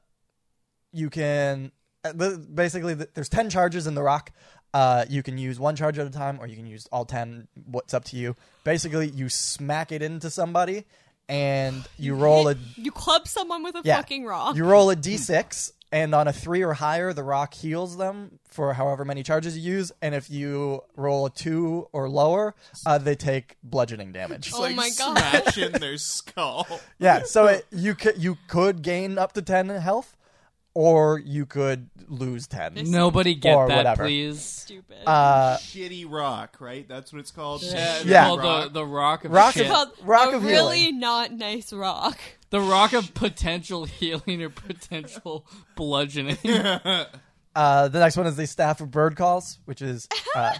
you can uh, the- basically th- there's ten charges in the rock. Uh, you can use one charge at a time, or you can use all ten. What's up to you? Basically, you smack it into somebody, and you roll a You club someone with a yeah. fucking rock. You roll a d6, and on a three or higher, the rock heals them for however many charges you use. And if you roll a two or lower, uh, they take bludgeoning damage. It's Oh like my God. Smash in their skull. Yeah, so it, you could you could gain up to ten health, or you could lose ten. Nobody get Or that, whatever. please. Stupid. Uh, Shitty rock, right? That's what it's called. Yeah, it's Shitty Yeah. called rock. The, the rock of Rock shit. of- Well, Rock a of really Healing. not nice rock. the rock of potential healing or potential bludgeoning. uh, the next one is the staff of bird calls, which is. Uh,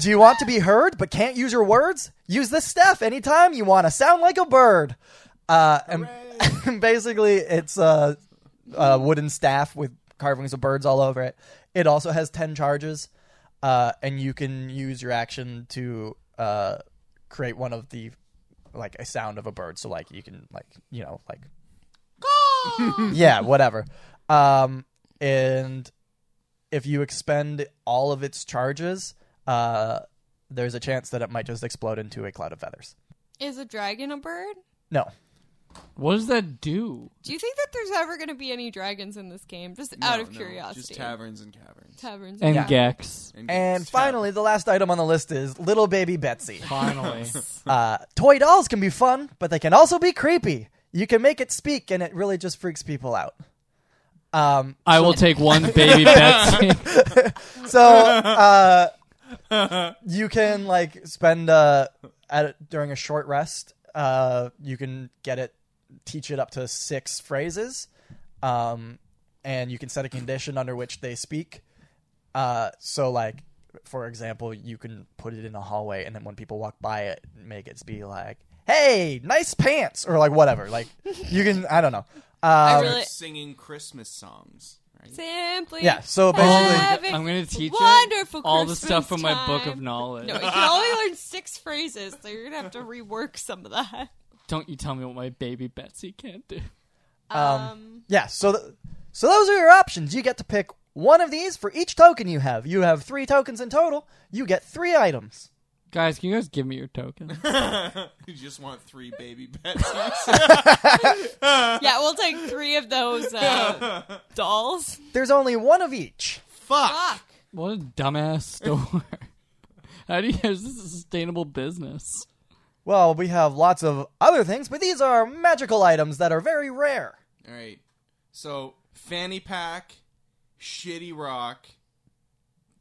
Do you want to be heard but can't use your words? Use this staff anytime you want to sound like a bird. Uh, and basically, it's a, a uh, wooden staff with carvings of birds all over it. It also has ten charges, uh, and you can use your action to uh, create one of the like a sound of a bird. So like you can like you know like yeah whatever. Um, and if you expend all of its charges, uh, there's a chance that it might just explode into a cloud of feathers. Is a dragon a bird? No, What does that do? Do you think that there's ever going to be any dragons in this game? Just out No, of no, curiosity. Just taverns and caverns. Taverns. And Yeah. Gex. And just finally, the last item on the list is Little Baby Betsy. Finally. Uh, toy dolls can be fun, but they can also be creepy. You can make it speak, and it really just freaks people out. Um, I will take one baby Betsy. so uh, you can like spend uh, at, during a short rest. Uh, you can get it, teach it up to six phrases, um, and you can set a condition under which they speak. Uh, so like. For example, you can put it in a hallway, and then when people walk by it, make it be like, "Hey, nice pants," or like whatever. Like you can, I don't know. Um, really- start singing Christmas songs. Right? Simply. yeah. So basically, Having I'm gonna teach it wonderful all the Christmas stuff from my book of time. knowledge. No, you can only learn six phrases, so you're gonna have to rework some of that. Don't you tell me what my baby Betsy can't do. Um, Yeah, so th- so those are your options. You get to pick one of these for each token you have. You have 3 tokens in total. You get 3 items. Guys, can you guys give me your token? you just want three baby Betsy's. Um, yeah, we'll take three of those uh, dolls. There's only one of each. Fuck. Fuck. What a dumbass store. How do you guys this is a sustainable business? Well, we have lots of other things, but these are magical items that are very rare. All right. So fanny pack, shitty rock,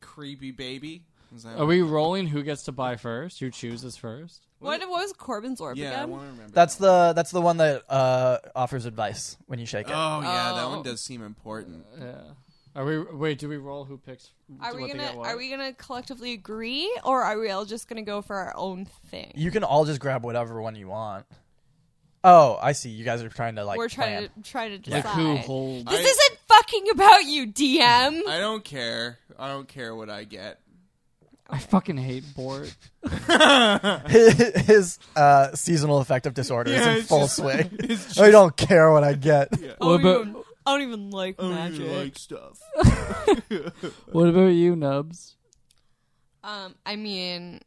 creepy baby. Is that Are we rolling who gets to buy first? Who chooses first? What, what was Corbin's orb Yeah, I again? want to remember. That's that one. the that's the one that uh, offers advice when you shake it. Oh yeah, that Oh. one does seem important. Yeah. Are we wait, do we roll who picks Are what we they gonna get what? Are we gonna collectively agree, or are we all just gonna go for our own thing? you can all just grab whatever one you want. Oh, I see. You guys are trying to like We're trying plan. to try to decide. like who holds this I- isn't fucking about you, DM. I don't care. I don't care what I get. I fucking hate Bort. his uh, seasonal affective disorder is Yeah, in it's full just- swing. It's just, I don't care what I get. I What don't, about- even, I don't even like I don't magic. even like stuff. What about you, Nubs? Um, I mean,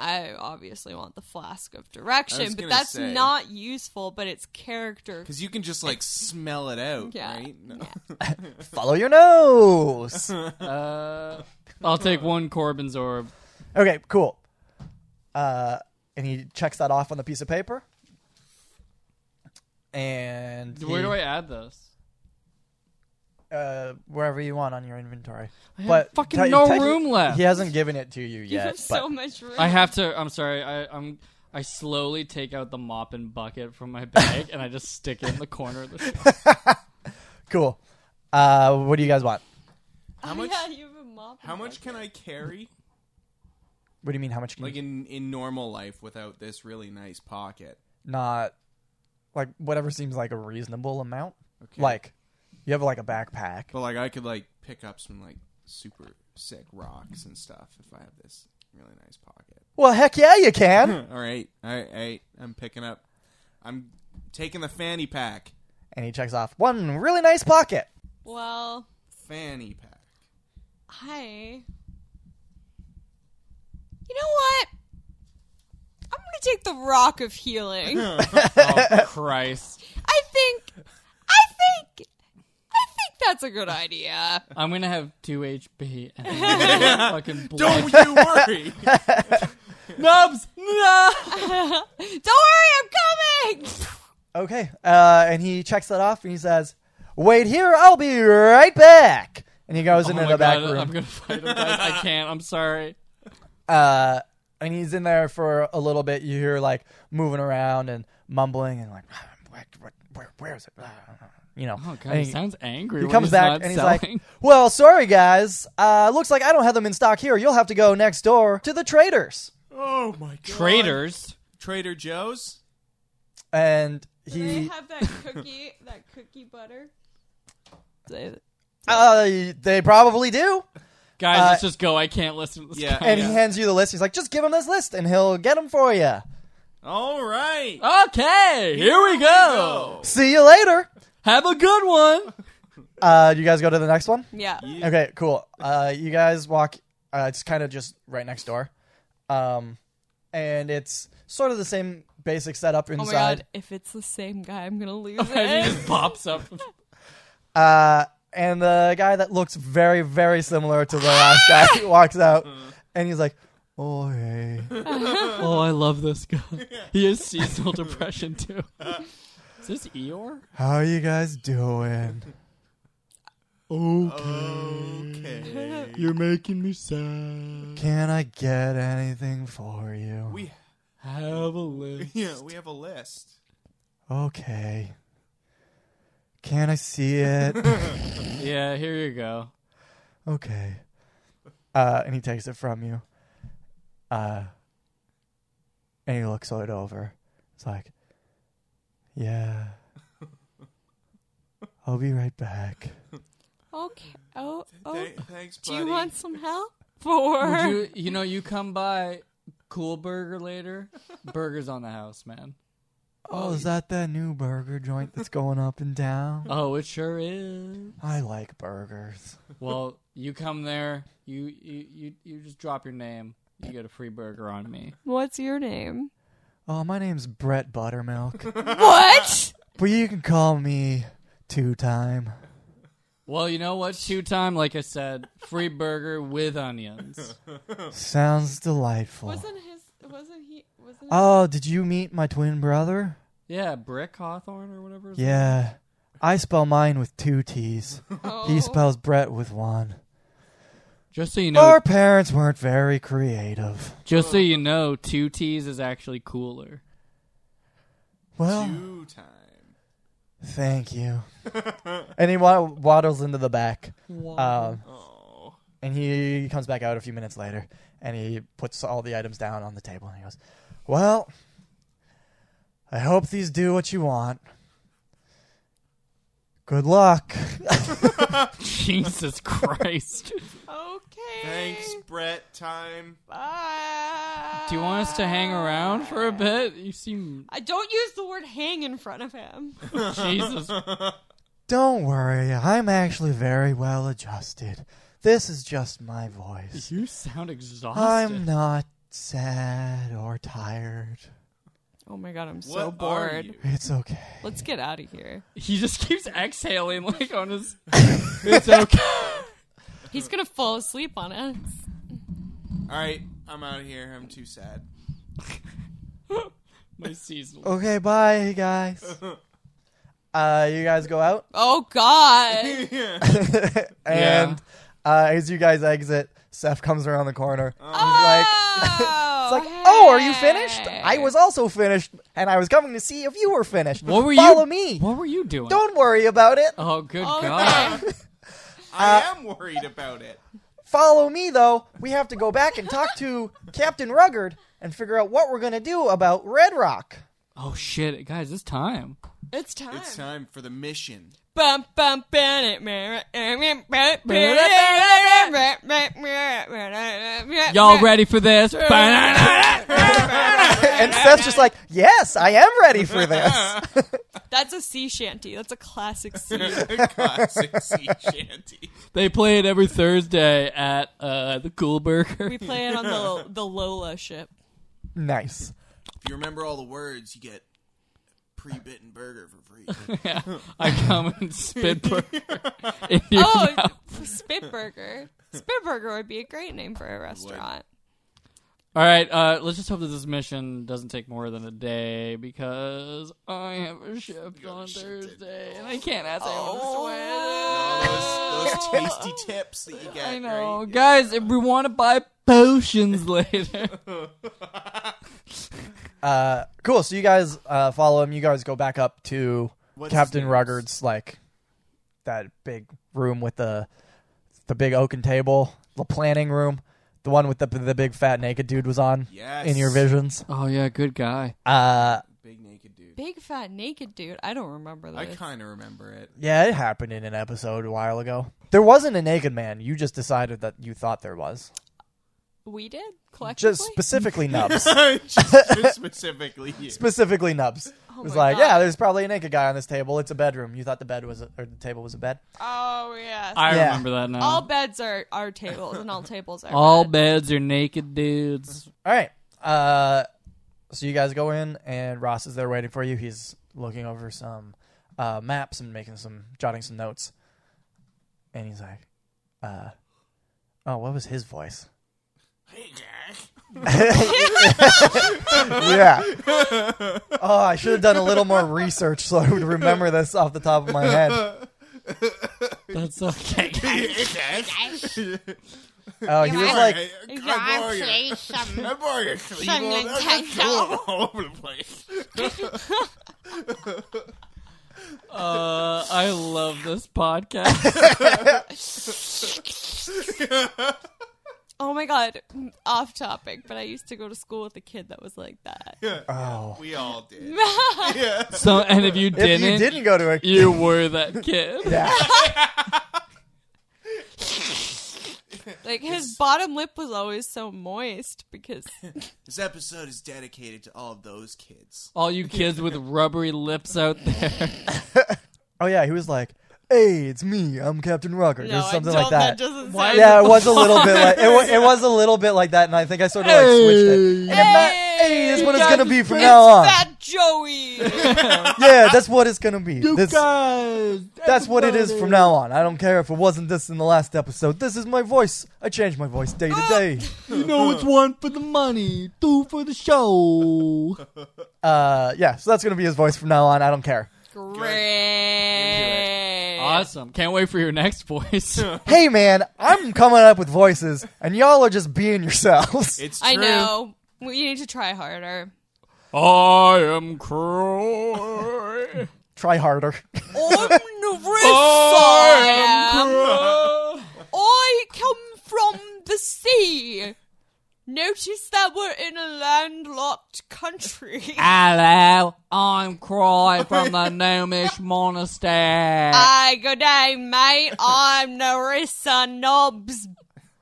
I obviously want the flask of I direction, was but gonna that's say. not useful. But it's character. Because you can just like smell it out, Yeah. right? No. Follow your nose. Uh I'll take one Corbin's orb. Okay, cool. Uh, and he checks that off on the piece of paper. And Where he- do I add this? Uh, wherever you want on your inventory. I have but fucking te- no techni- room left. He hasn't given it to you You yet. have so but- much room. I have to. I'm sorry. I, I'm. I slowly take out the mop and bucket from my bag and I just stick it in the corner of the shelf. cool. Uh, what do you guys want? How Oh, much? Yeah, you have a mop. How much can I carry? What do you mean? How much can Like you in in normal life without this really nice pocket. not? Like whatever seems like a reasonable amount. Like you have like a backpack. But like I could like pick up some like super sick rocks and stuff if I have this really nice pocket. Well, heck yeah, you can. All right, all right, all right. I'm picking up. I'm taking the fanny pack. and he checks off one really nice pocket. Well, Fanny pack. I. You know what? I'm gonna take the rock of healing. Oh Christ! I think. I think. I think that's a good idea. I'm gonna have two HP and I'm gonna get fucking blood. Oh, Don't you worry. Nubs. No. Don't worry, I'm coming. Okay. Uh, and he checks that off and he says, Wait here, I'll be right back. And he goes Oh into my the back God, I'm room. gonna fight him, guys. I can't. I'm sorry. Uh, and he's in there for a little bit. You hear like moving around and mumbling and like, "Where- where- where- where is it? You know. Oh God, And he he- sounds angry. he when comes he's back not and he's selling. like, "Well, sorry guys. Uh, looks like I don't have them in stock here. You'll have to go next door to the traders." oh my god. "Traitors." Trader Joe's. And Do they he, have that cookie, that cookie butter? Uh, they probably do. Guys, Uh, let's just go. I can't listen to this. Yeah. guy. And he Yeah. hands you the list. He's like, just give him this list and he'll get them for you. All right. Okay, Oh, here we go. See you later. Have a good one. Uh, you guys go to the next one? Yeah. Okay, cool. Uh, you guys walk. Uh, it's kind of just right next door, um, and it's sort of the same basic setup Oh my inside. god, if it's the same guy, I'm gonna lose And he it. just pops up. uh, and the guy that looks very, very similar to the last guy walks out, Uh-huh. and he's like, "Oh hey." Oh, I love this guy. He has seasonal depression too. Is this Eeyore? How are you guys doing? Okay. You're making me sad. Can I get anything for you? We Have a list. yeah, we have a list. okay. Can I see it? Yeah, here you go. okay. Uh, and he takes it from you. Uh, and he looks it over. It's like, yeah. I'll be right back. okay. Oh, oh. Th- thanks, Do buddy. you want some help? For Would you, you know, you come by Cool Burger later. Burger's on the house, man. Oh, is that that new burger joint that's going up and down? Oh, it sure is. I like burgers. Well, you come there. You you you, you just drop your name. You get a free burger on me. what's your name? Oh, my name's Brett Buttermilk, what? but you can call me Two Time. Well, you know what? Two time, like I said, free burger with onions. Sounds delightful. Wasn't his? Wasn't he? Wasn't? Oh, did you meet my twin brother? Yeah, Brick Hawthorne or whatever. his Yeah. I spell mine with two T's. oh. He spells Brett with one. Just so you know, Our parents weren't very creative. just so you know, two T's is actually cooler. Well, Two time. thank you. And he wa- waddles into the back. Um, Oh. and he comes back out a few minutes later and he puts all the items down on the table and he goes, Well, I hope these do what you want. Good luck. Jesus Christ! Okay. Thanks, Brett. Time. Bye. Do you want us to hang around for a bit? You seem I don't use the word "hang" in front of him. Jesus. Don't worry, I'm actually very well adjusted. This is just my voice. You sound exhausted. I'm not sad or tired. Oh my god, I'm What so are bored. you? It's okay. Let's get out of here. He just keeps exhaling like on his. it's okay. He's gonna fall asleep on us. All right, I'm out of here. I'm too sad. My seasonal. Okay, bye guys. Uh, you guys go out, Oh god. Yeah. and uh, as you guys exit, Seth comes around the corner. Uh. Oh, He's like, it's like, oh, are you finished? I was also finished, and I was coming to see if you were finished. What were you? Follow me. What were you doing? Don't worry about it. Oh, good God! Okay. I am worried about it. Follow me, though. We have to go back and talk to Captain Ruggard and figure out what we're gonna do about Red Rock. Oh shit, guys, it's time. it's time. It's time for the mission. Bum bum bum it, mer- eh, mer- mer- mer- mer- mer- mer- mer- mer- mer- Y'all mer- ready for this? Ba-na-na-na. and Seth's just like, yes, I am ready for this. That's a sea shanty. That's a classic sea. Classic sea shanty. they play it every Thursday at uh, the Cool Burger. We play it on the the Lola ship. nice. If you remember all the words, you get pre-bitten burger for free. I come and spit burger in your Oh, mouth. Spitburger. Spitburger would be a great name for a restaurant. All right, uh, let's just hope that this mission doesn't take more than a day because I have a shift on Thursday and I can't ask Oh, anyone to swear. those tasty tips that you get. I know, right? guys. If we want to buy potions later, Uh, cool. So you guys uh, follow him. You guys go back up to What's Captain his- Ruggard's like that big room with the the big oaken table, the planning room, the one with the the big fat naked dude was on Yes. in your visions. oh yeah, good guy. Uh, Big naked dude. big fat naked dude. I don't remember I this. kind of remember it. Yeah, it happened in an episode a while ago. There wasn't a naked man. You just decided that you thought there was. we did collectively. Just specifically nubs. Just specifically you. specifically nubs. Oh it was my like, God. yeah, there's probably a naked guy on this table. It's a bedroom. You thought the bed was a, or the table was a bed. oh yes. I Yeah. remember that now. all beds are are tables, and all tables are All beds. beds are naked dudes. All right. Uh, so you guys go in, and Ross is there waiting for you. He's looking over some uh, maps and making some jotting some notes. And he's like, uh, "Oh, what was his voice?" yeah. Oh, I should have done a little more research so I would remember this off the top of my head. That's okay. Oh, he was like, My boy is evil. Some That's Nintendo. cool. all over the place. Uh, I love this podcast. Oh my god, mm, off topic, but I used to go to school with a kid that was like that. "Oh, We all did. So, and if you if didn't, you didn't go to a you were that kid. yeah, Like his bottom lip was always so moist because This episode is dedicated to all of those kids. All you kids with rubbery lips out there. oh yeah," he was like, "Hey, it's me. I'm Captain Rocker," no, or something I don't, like that. doesn't Why sound yeah, it was a little bit like it, wa- it was a little bit like that, and I think I sort of like switched it. And I'm not- hey, that's what it's gonna be from It's now on. Fat Joey. Yeah, that's what it's gonna be. This, guys, that's what it is from now on. I don't care if it wasn't this in the last episode. This is my voice. I change my voice day to day. You know, it's one for the money, two for the show. Uh, yeah, so that's gonna be his voice from now on. I don't care. Great. Awesome! Can't wait for your next voice. Hey man, I'm coming up with voices, and y'all are just being yourselves. It's true. I know. We need to try harder. I am Croy. Try harder. Oh, I am. I am Croy. I come from the sea. Notice that we're in a landlocked country. Hello, I'm Croy from the Gnomish Monastery. Hi, good day, mate. I'm Narissa Nobbs.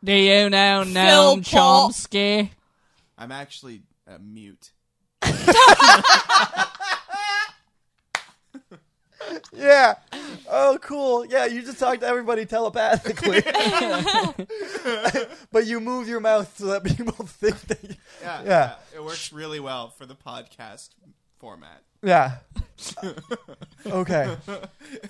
Do you know Noam Paul. Chomsky? I'm actually uh, mute. yeah. Oh, cool. Yeah, you just talk to everybody telepathically. but you move your mouth so that people think that. You... Yeah, Yeah. It works really well for the podcast format. Yeah. Okay.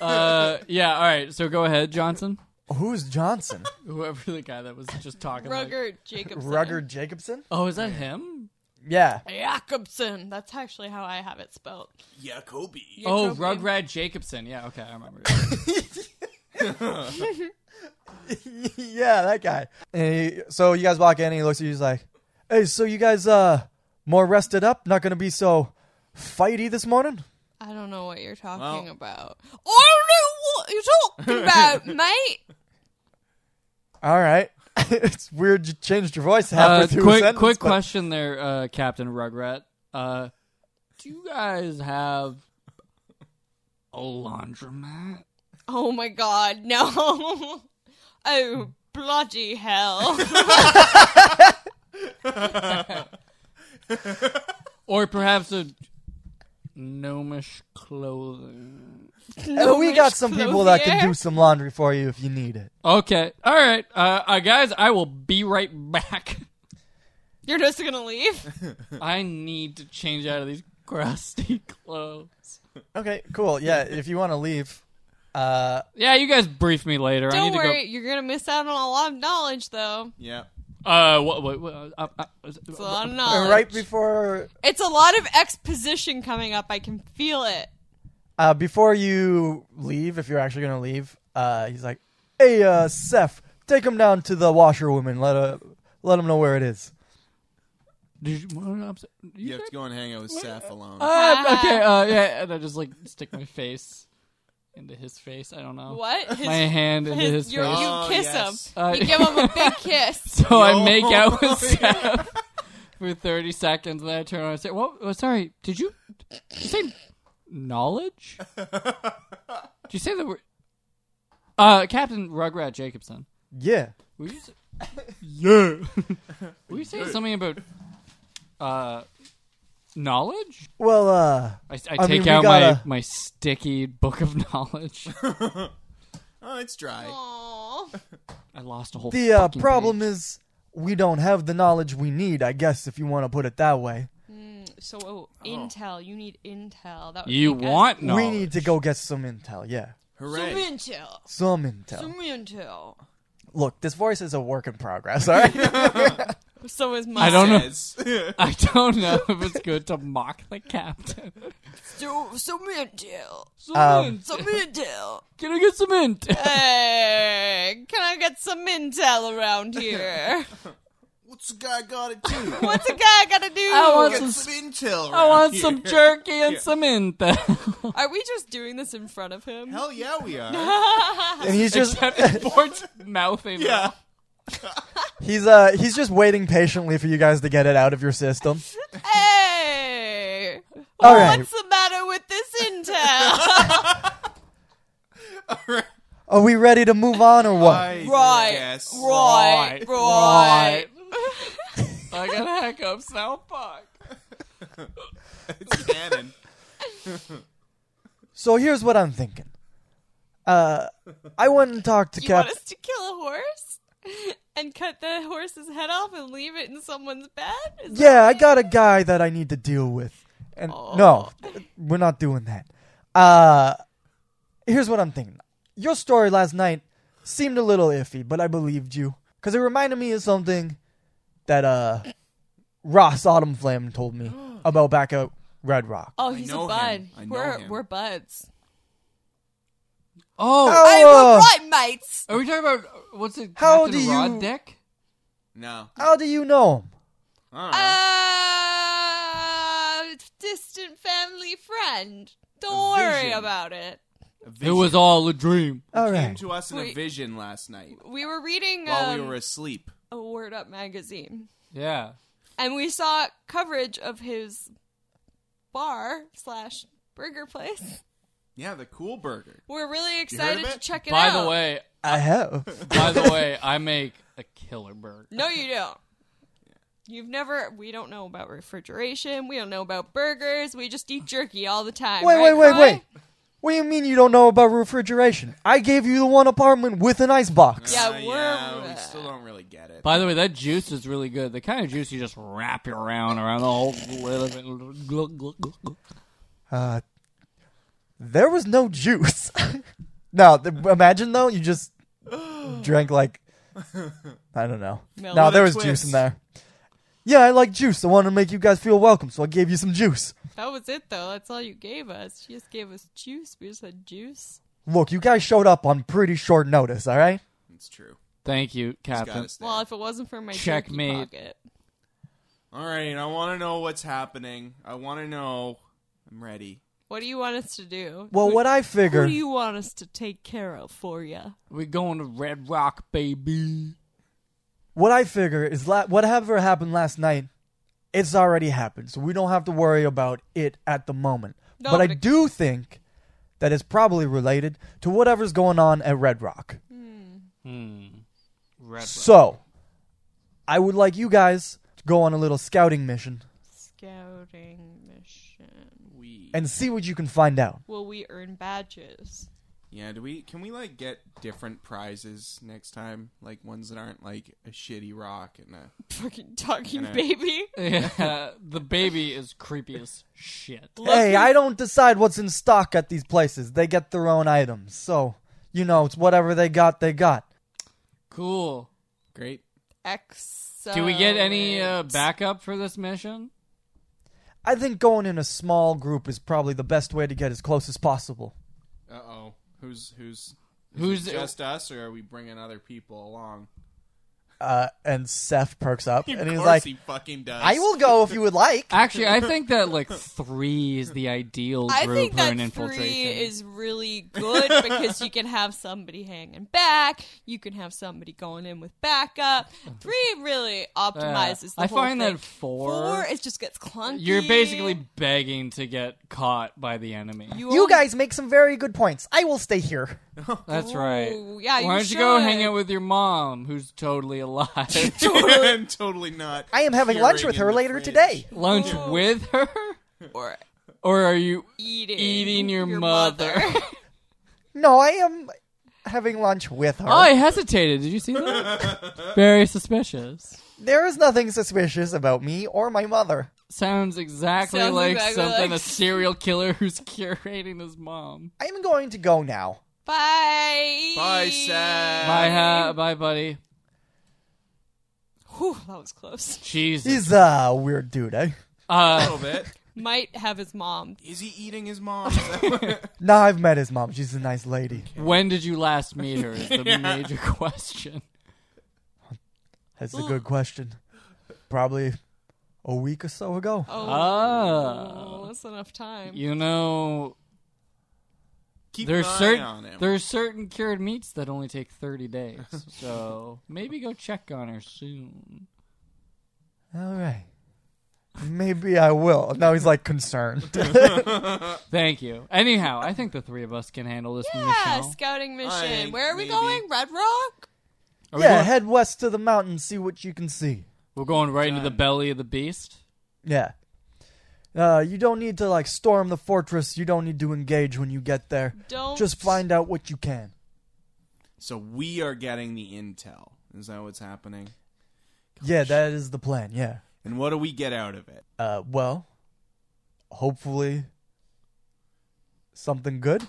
Uh, yeah. All right. So go ahead, Johnson. Who's Johnson? Whoever the guy that was just talking. like- Rugger Jacobson. Rugger Jacobson? oh, is that him? Yeah. Jacobson. That's actually how I have it spelled. Yeah, Kobe. Oh, Jacobin. Rugrat Jacobson. Yeah. Okay, I remember. yeah, that guy. And he, so you guys walk in and he looks at you he's like, "Hey, so you guys uh more rested up? Not going to be so fighty this morning?" I don't know what you're talking Well- about. I don't know what you're talking about, mate. All right. it's weird you changed your voice halfway uh, through a quick, sentence, quick but- question there, uh, Captain Rugrat. Uh, do you guys have a laundromat? Oh my god, no. Oh, bloody hell. Or perhaps a gnomish clothing? Oh, we got some people that can Clothier? do some laundry for you if you need it. Okay. All right, uh, uh, guys. I will be right back. You're just gonna leave? I need to change out of these crusty clothes. Okay, cool. Yeah, if you want to leave, uh, Yeah, you guys brief me later. I Don't need worry, you're gonna miss out on a lot of knowledge, though. Yeah. to go. Uh, what? What? what uh, uh, uh, It's a lot of knowledge. right before It's a lot of exposition coming up. I can feel it. uh, before you leave, if you're actually gonna leave, uh, he's like, "Hey, uh, Seth, take him down to the washerwoman. Let uh, let him know where it is." Did you, what, I'm, so- you You have guys- to go and hang out with Seth alone. Uh, okay. Uh, yeah, and I just like stick my face into his face. I don't know. What? His, My hand into his, his- face. your- you face. Oh, kiss yes. him. Uh, you give him a big kiss. so I Yo. make out with Seth for thirty seconds, and then I turn around and say, "Well, oh, sorry. Did you, did you say knowledge? Did you say the word? Uh, Captain Rugrat Jacobson. Yeah. Were you? s yeah. Were you saying something about uh knowledge? Well, uh, I, I I mean, take we out gotta- my my sticky book of knowledge. Oh, it's dry. Aw. I lost a whole. the uh, fucking problem page. is we don't have the knowledge we need. I guess if you want to put it that way, So oh, intel. You need intel. That would you make us- want knowledge. we need to go get some intel. Yeah, some Hooray. intel. some intel. Some intel. Look, this voice is a work in progress. All right. So is I mine. don't know. Yes. I don't know if it's good to mock the captain. So, some intel. Some Um, mint. Some intel. Can I get some mint? Hey, can I get some intel around here? What's the guy got it do? What's a guy gotta do? I want Get some- some intel. I want around some here. jerky and some mint. Are we just doing this in front of him? Hell yeah, we are. and he's just Captain Bort's mouthing. yeah. he's uh he's just waiting patiently for you guys to get it out of your system. Hey, All right. what's the matter with this intel? Are we ready to move on or what? I right, guess. right, right, Right, I got hiccups now. Fuck. It's canon. So here's what I'm thinking. Uh, I went and talked to You Cap. want us to kill a horse and cut the horse's head off and leave it in someone's bed? Is Yeah, I got a guy that I need to deal with. And no, we're not doing that. Uh, here's what I'm thinking. Your story last night seemed a little iffy, but I believed you because it reminded me of something that uh Ross Autumn Flame told me about back at Red Rock. Oh, he's know a bud. him. I know we're him. we're buds. Oh, I'm Oh, right, mates. are we talking about what's it? How Captain do you- Rod Dick? No. Uh-uh. how do you know him? I don't know. Uh, distant family friend. Don't A worry vision. about it. A It vision. was all a dream. All came right, to us in a Wait. vision last night We were reading while um, we were asleep. a Word Up magazine, Yeah. and we saw coverage of his bar slash burger place. Yeah, the cool burger. We're really heard of excited to it? check it By out. the way, I have. by the way, I make a killer burger. no, you don't. You've never. We don't know about refrigeration. We don't know about burgers. We just eat jerky all the time. Wait, right, wait, wait, Kai? wait. What do you mean you don't know about refrigeration? I gave you the one apartment with an icebox. Yeah, Uh, we're- yeah, we still don't really get it. By the way, that juice is really good. The kind of juice you just wrap your around around the whole lid of it. Glug, glug, glug, glug. Uh, there was no juice. no, th- imagine though you just drank like I don't know. Milk. No, What there a was juice twist. in there. Yeah, I like juice. I wanted to make you guys feel welcome, so I gave you some juice. That was it, though. That's all you gave us. She just gave us juice. We just had juice. Look, you guys showed up on pretty short notice. All right. It's true. Thank you, It's got Captain. us there. Well, if it wasn't for my Checkmate. jerky pocket. All right, I want to know what's happening. I want to know. I'm ready. What do you want us to do? Well, what I Who figured. do you want us to take care of for you? We're going to Red Rock, baby. what I figure is la- whatever happened last night, it's already happened, so we don't have to worry about it at the moment. No, but I but it- do think that it's probably related to whatever's going on at Red Rock. Hmm. Red So, I would like you guys to go on a little scouting mission Scouting mission. We and see what you can find out. Will we earn badges? yeah. Do we? Can we like get different prizes next time? Like ones that aren't like a shitty rock and a. Fucking talking Can I- baby. Yeah, the baby is creepy as shit. Hey, I don't decide what's in stock at these places. They get their own items. So, you know, it's whatever they got, they got. Cool. Great. X. Do we get any uh, backup for this mission? I think going in a small group is probably the best way to get as close as possible. Uh oh. Who's who's Who's just us, or are we bringing other people along? Uh, and Seth perks up, and he's course like, he fucking does. "I will go if you would like." Actually, I think that like three is the ideal I group think for that an three infiltration. is really good because you can have somebody hanging back, you can have somebody going in with backup. Three really Yeah. optimizes. the Uh, I whole find thing. that 4 four it just gets clunky. you're basically begging to get caught by the enemy. You only- guys make some very good points. I will stay here. That's right. Ooh, yeah, Why you don't you go should. hang out with your mom, who's totally alive? totally, totally not. I am having Curing lunch with in her the later fridge. today. Lunch Ooh. with her, or or are you eating eating your, mother. No, I am having lunch with her. oh, I hesitated. Did you see that? Very suspicious. There is nothing suspicious about me or my mother. Sounds exactly Sounds like exactly something like- a serial killer who's curating his mom. I'm going to go now. Bye. Bye, Seth. Um, Bye, ha- bye, buddy. Whew, that was close. Jesus. He's a weird dude, eh? A Uh, little bit. Might have his mom. Is he eating his mom? Is that what- No, I've met his mom. She's a nice lady. when did you last meet her? Is the major question. That's a good question. Probably a week or so ago. Oh, Ah, that's enough time. you know, Keep an there's eye on certain him. there's certain cured meats that only take 30 days. So maybe go check on her soon. All right. Maybe I will. Now he's like concerned. Thank you. Anyhow, I think the three of us can handle this yeah, mission. scouting mission. Aye, Where are we maybe. going? Red Rock? Are we yeah, going- head west to the mountain, see what you can see. We're going right into the Done. belly of the beast. Yeah. Uh, you don't need to like storm the fortress. You don't need to engage when you get there. Don't. Just find out what you can. so we are getting the intel. Is that what's happening? Yeah, that is the plan. Yeah. And what do we get out of it? Uh, well, hopefully something good,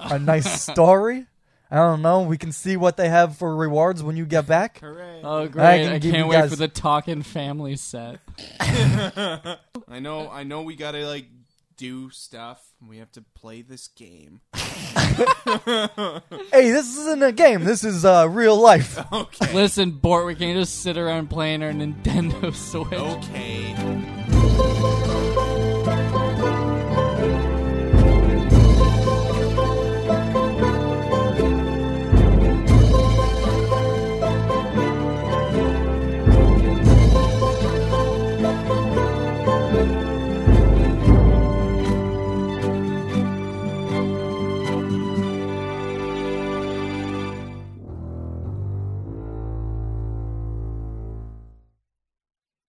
a nice story. I don't know. We can see what they have for rewards when you get back. Hooray! Oh, great. I can I, give can't you wait guys- for the talking family set. I know. I know. We gotta like do stuff. We have to play this game. Hey, this isn't a game. This is uh, real life. Okay. Listen, Bort, we can't just sit around playing our Nintendo Switch. okay. Thank you.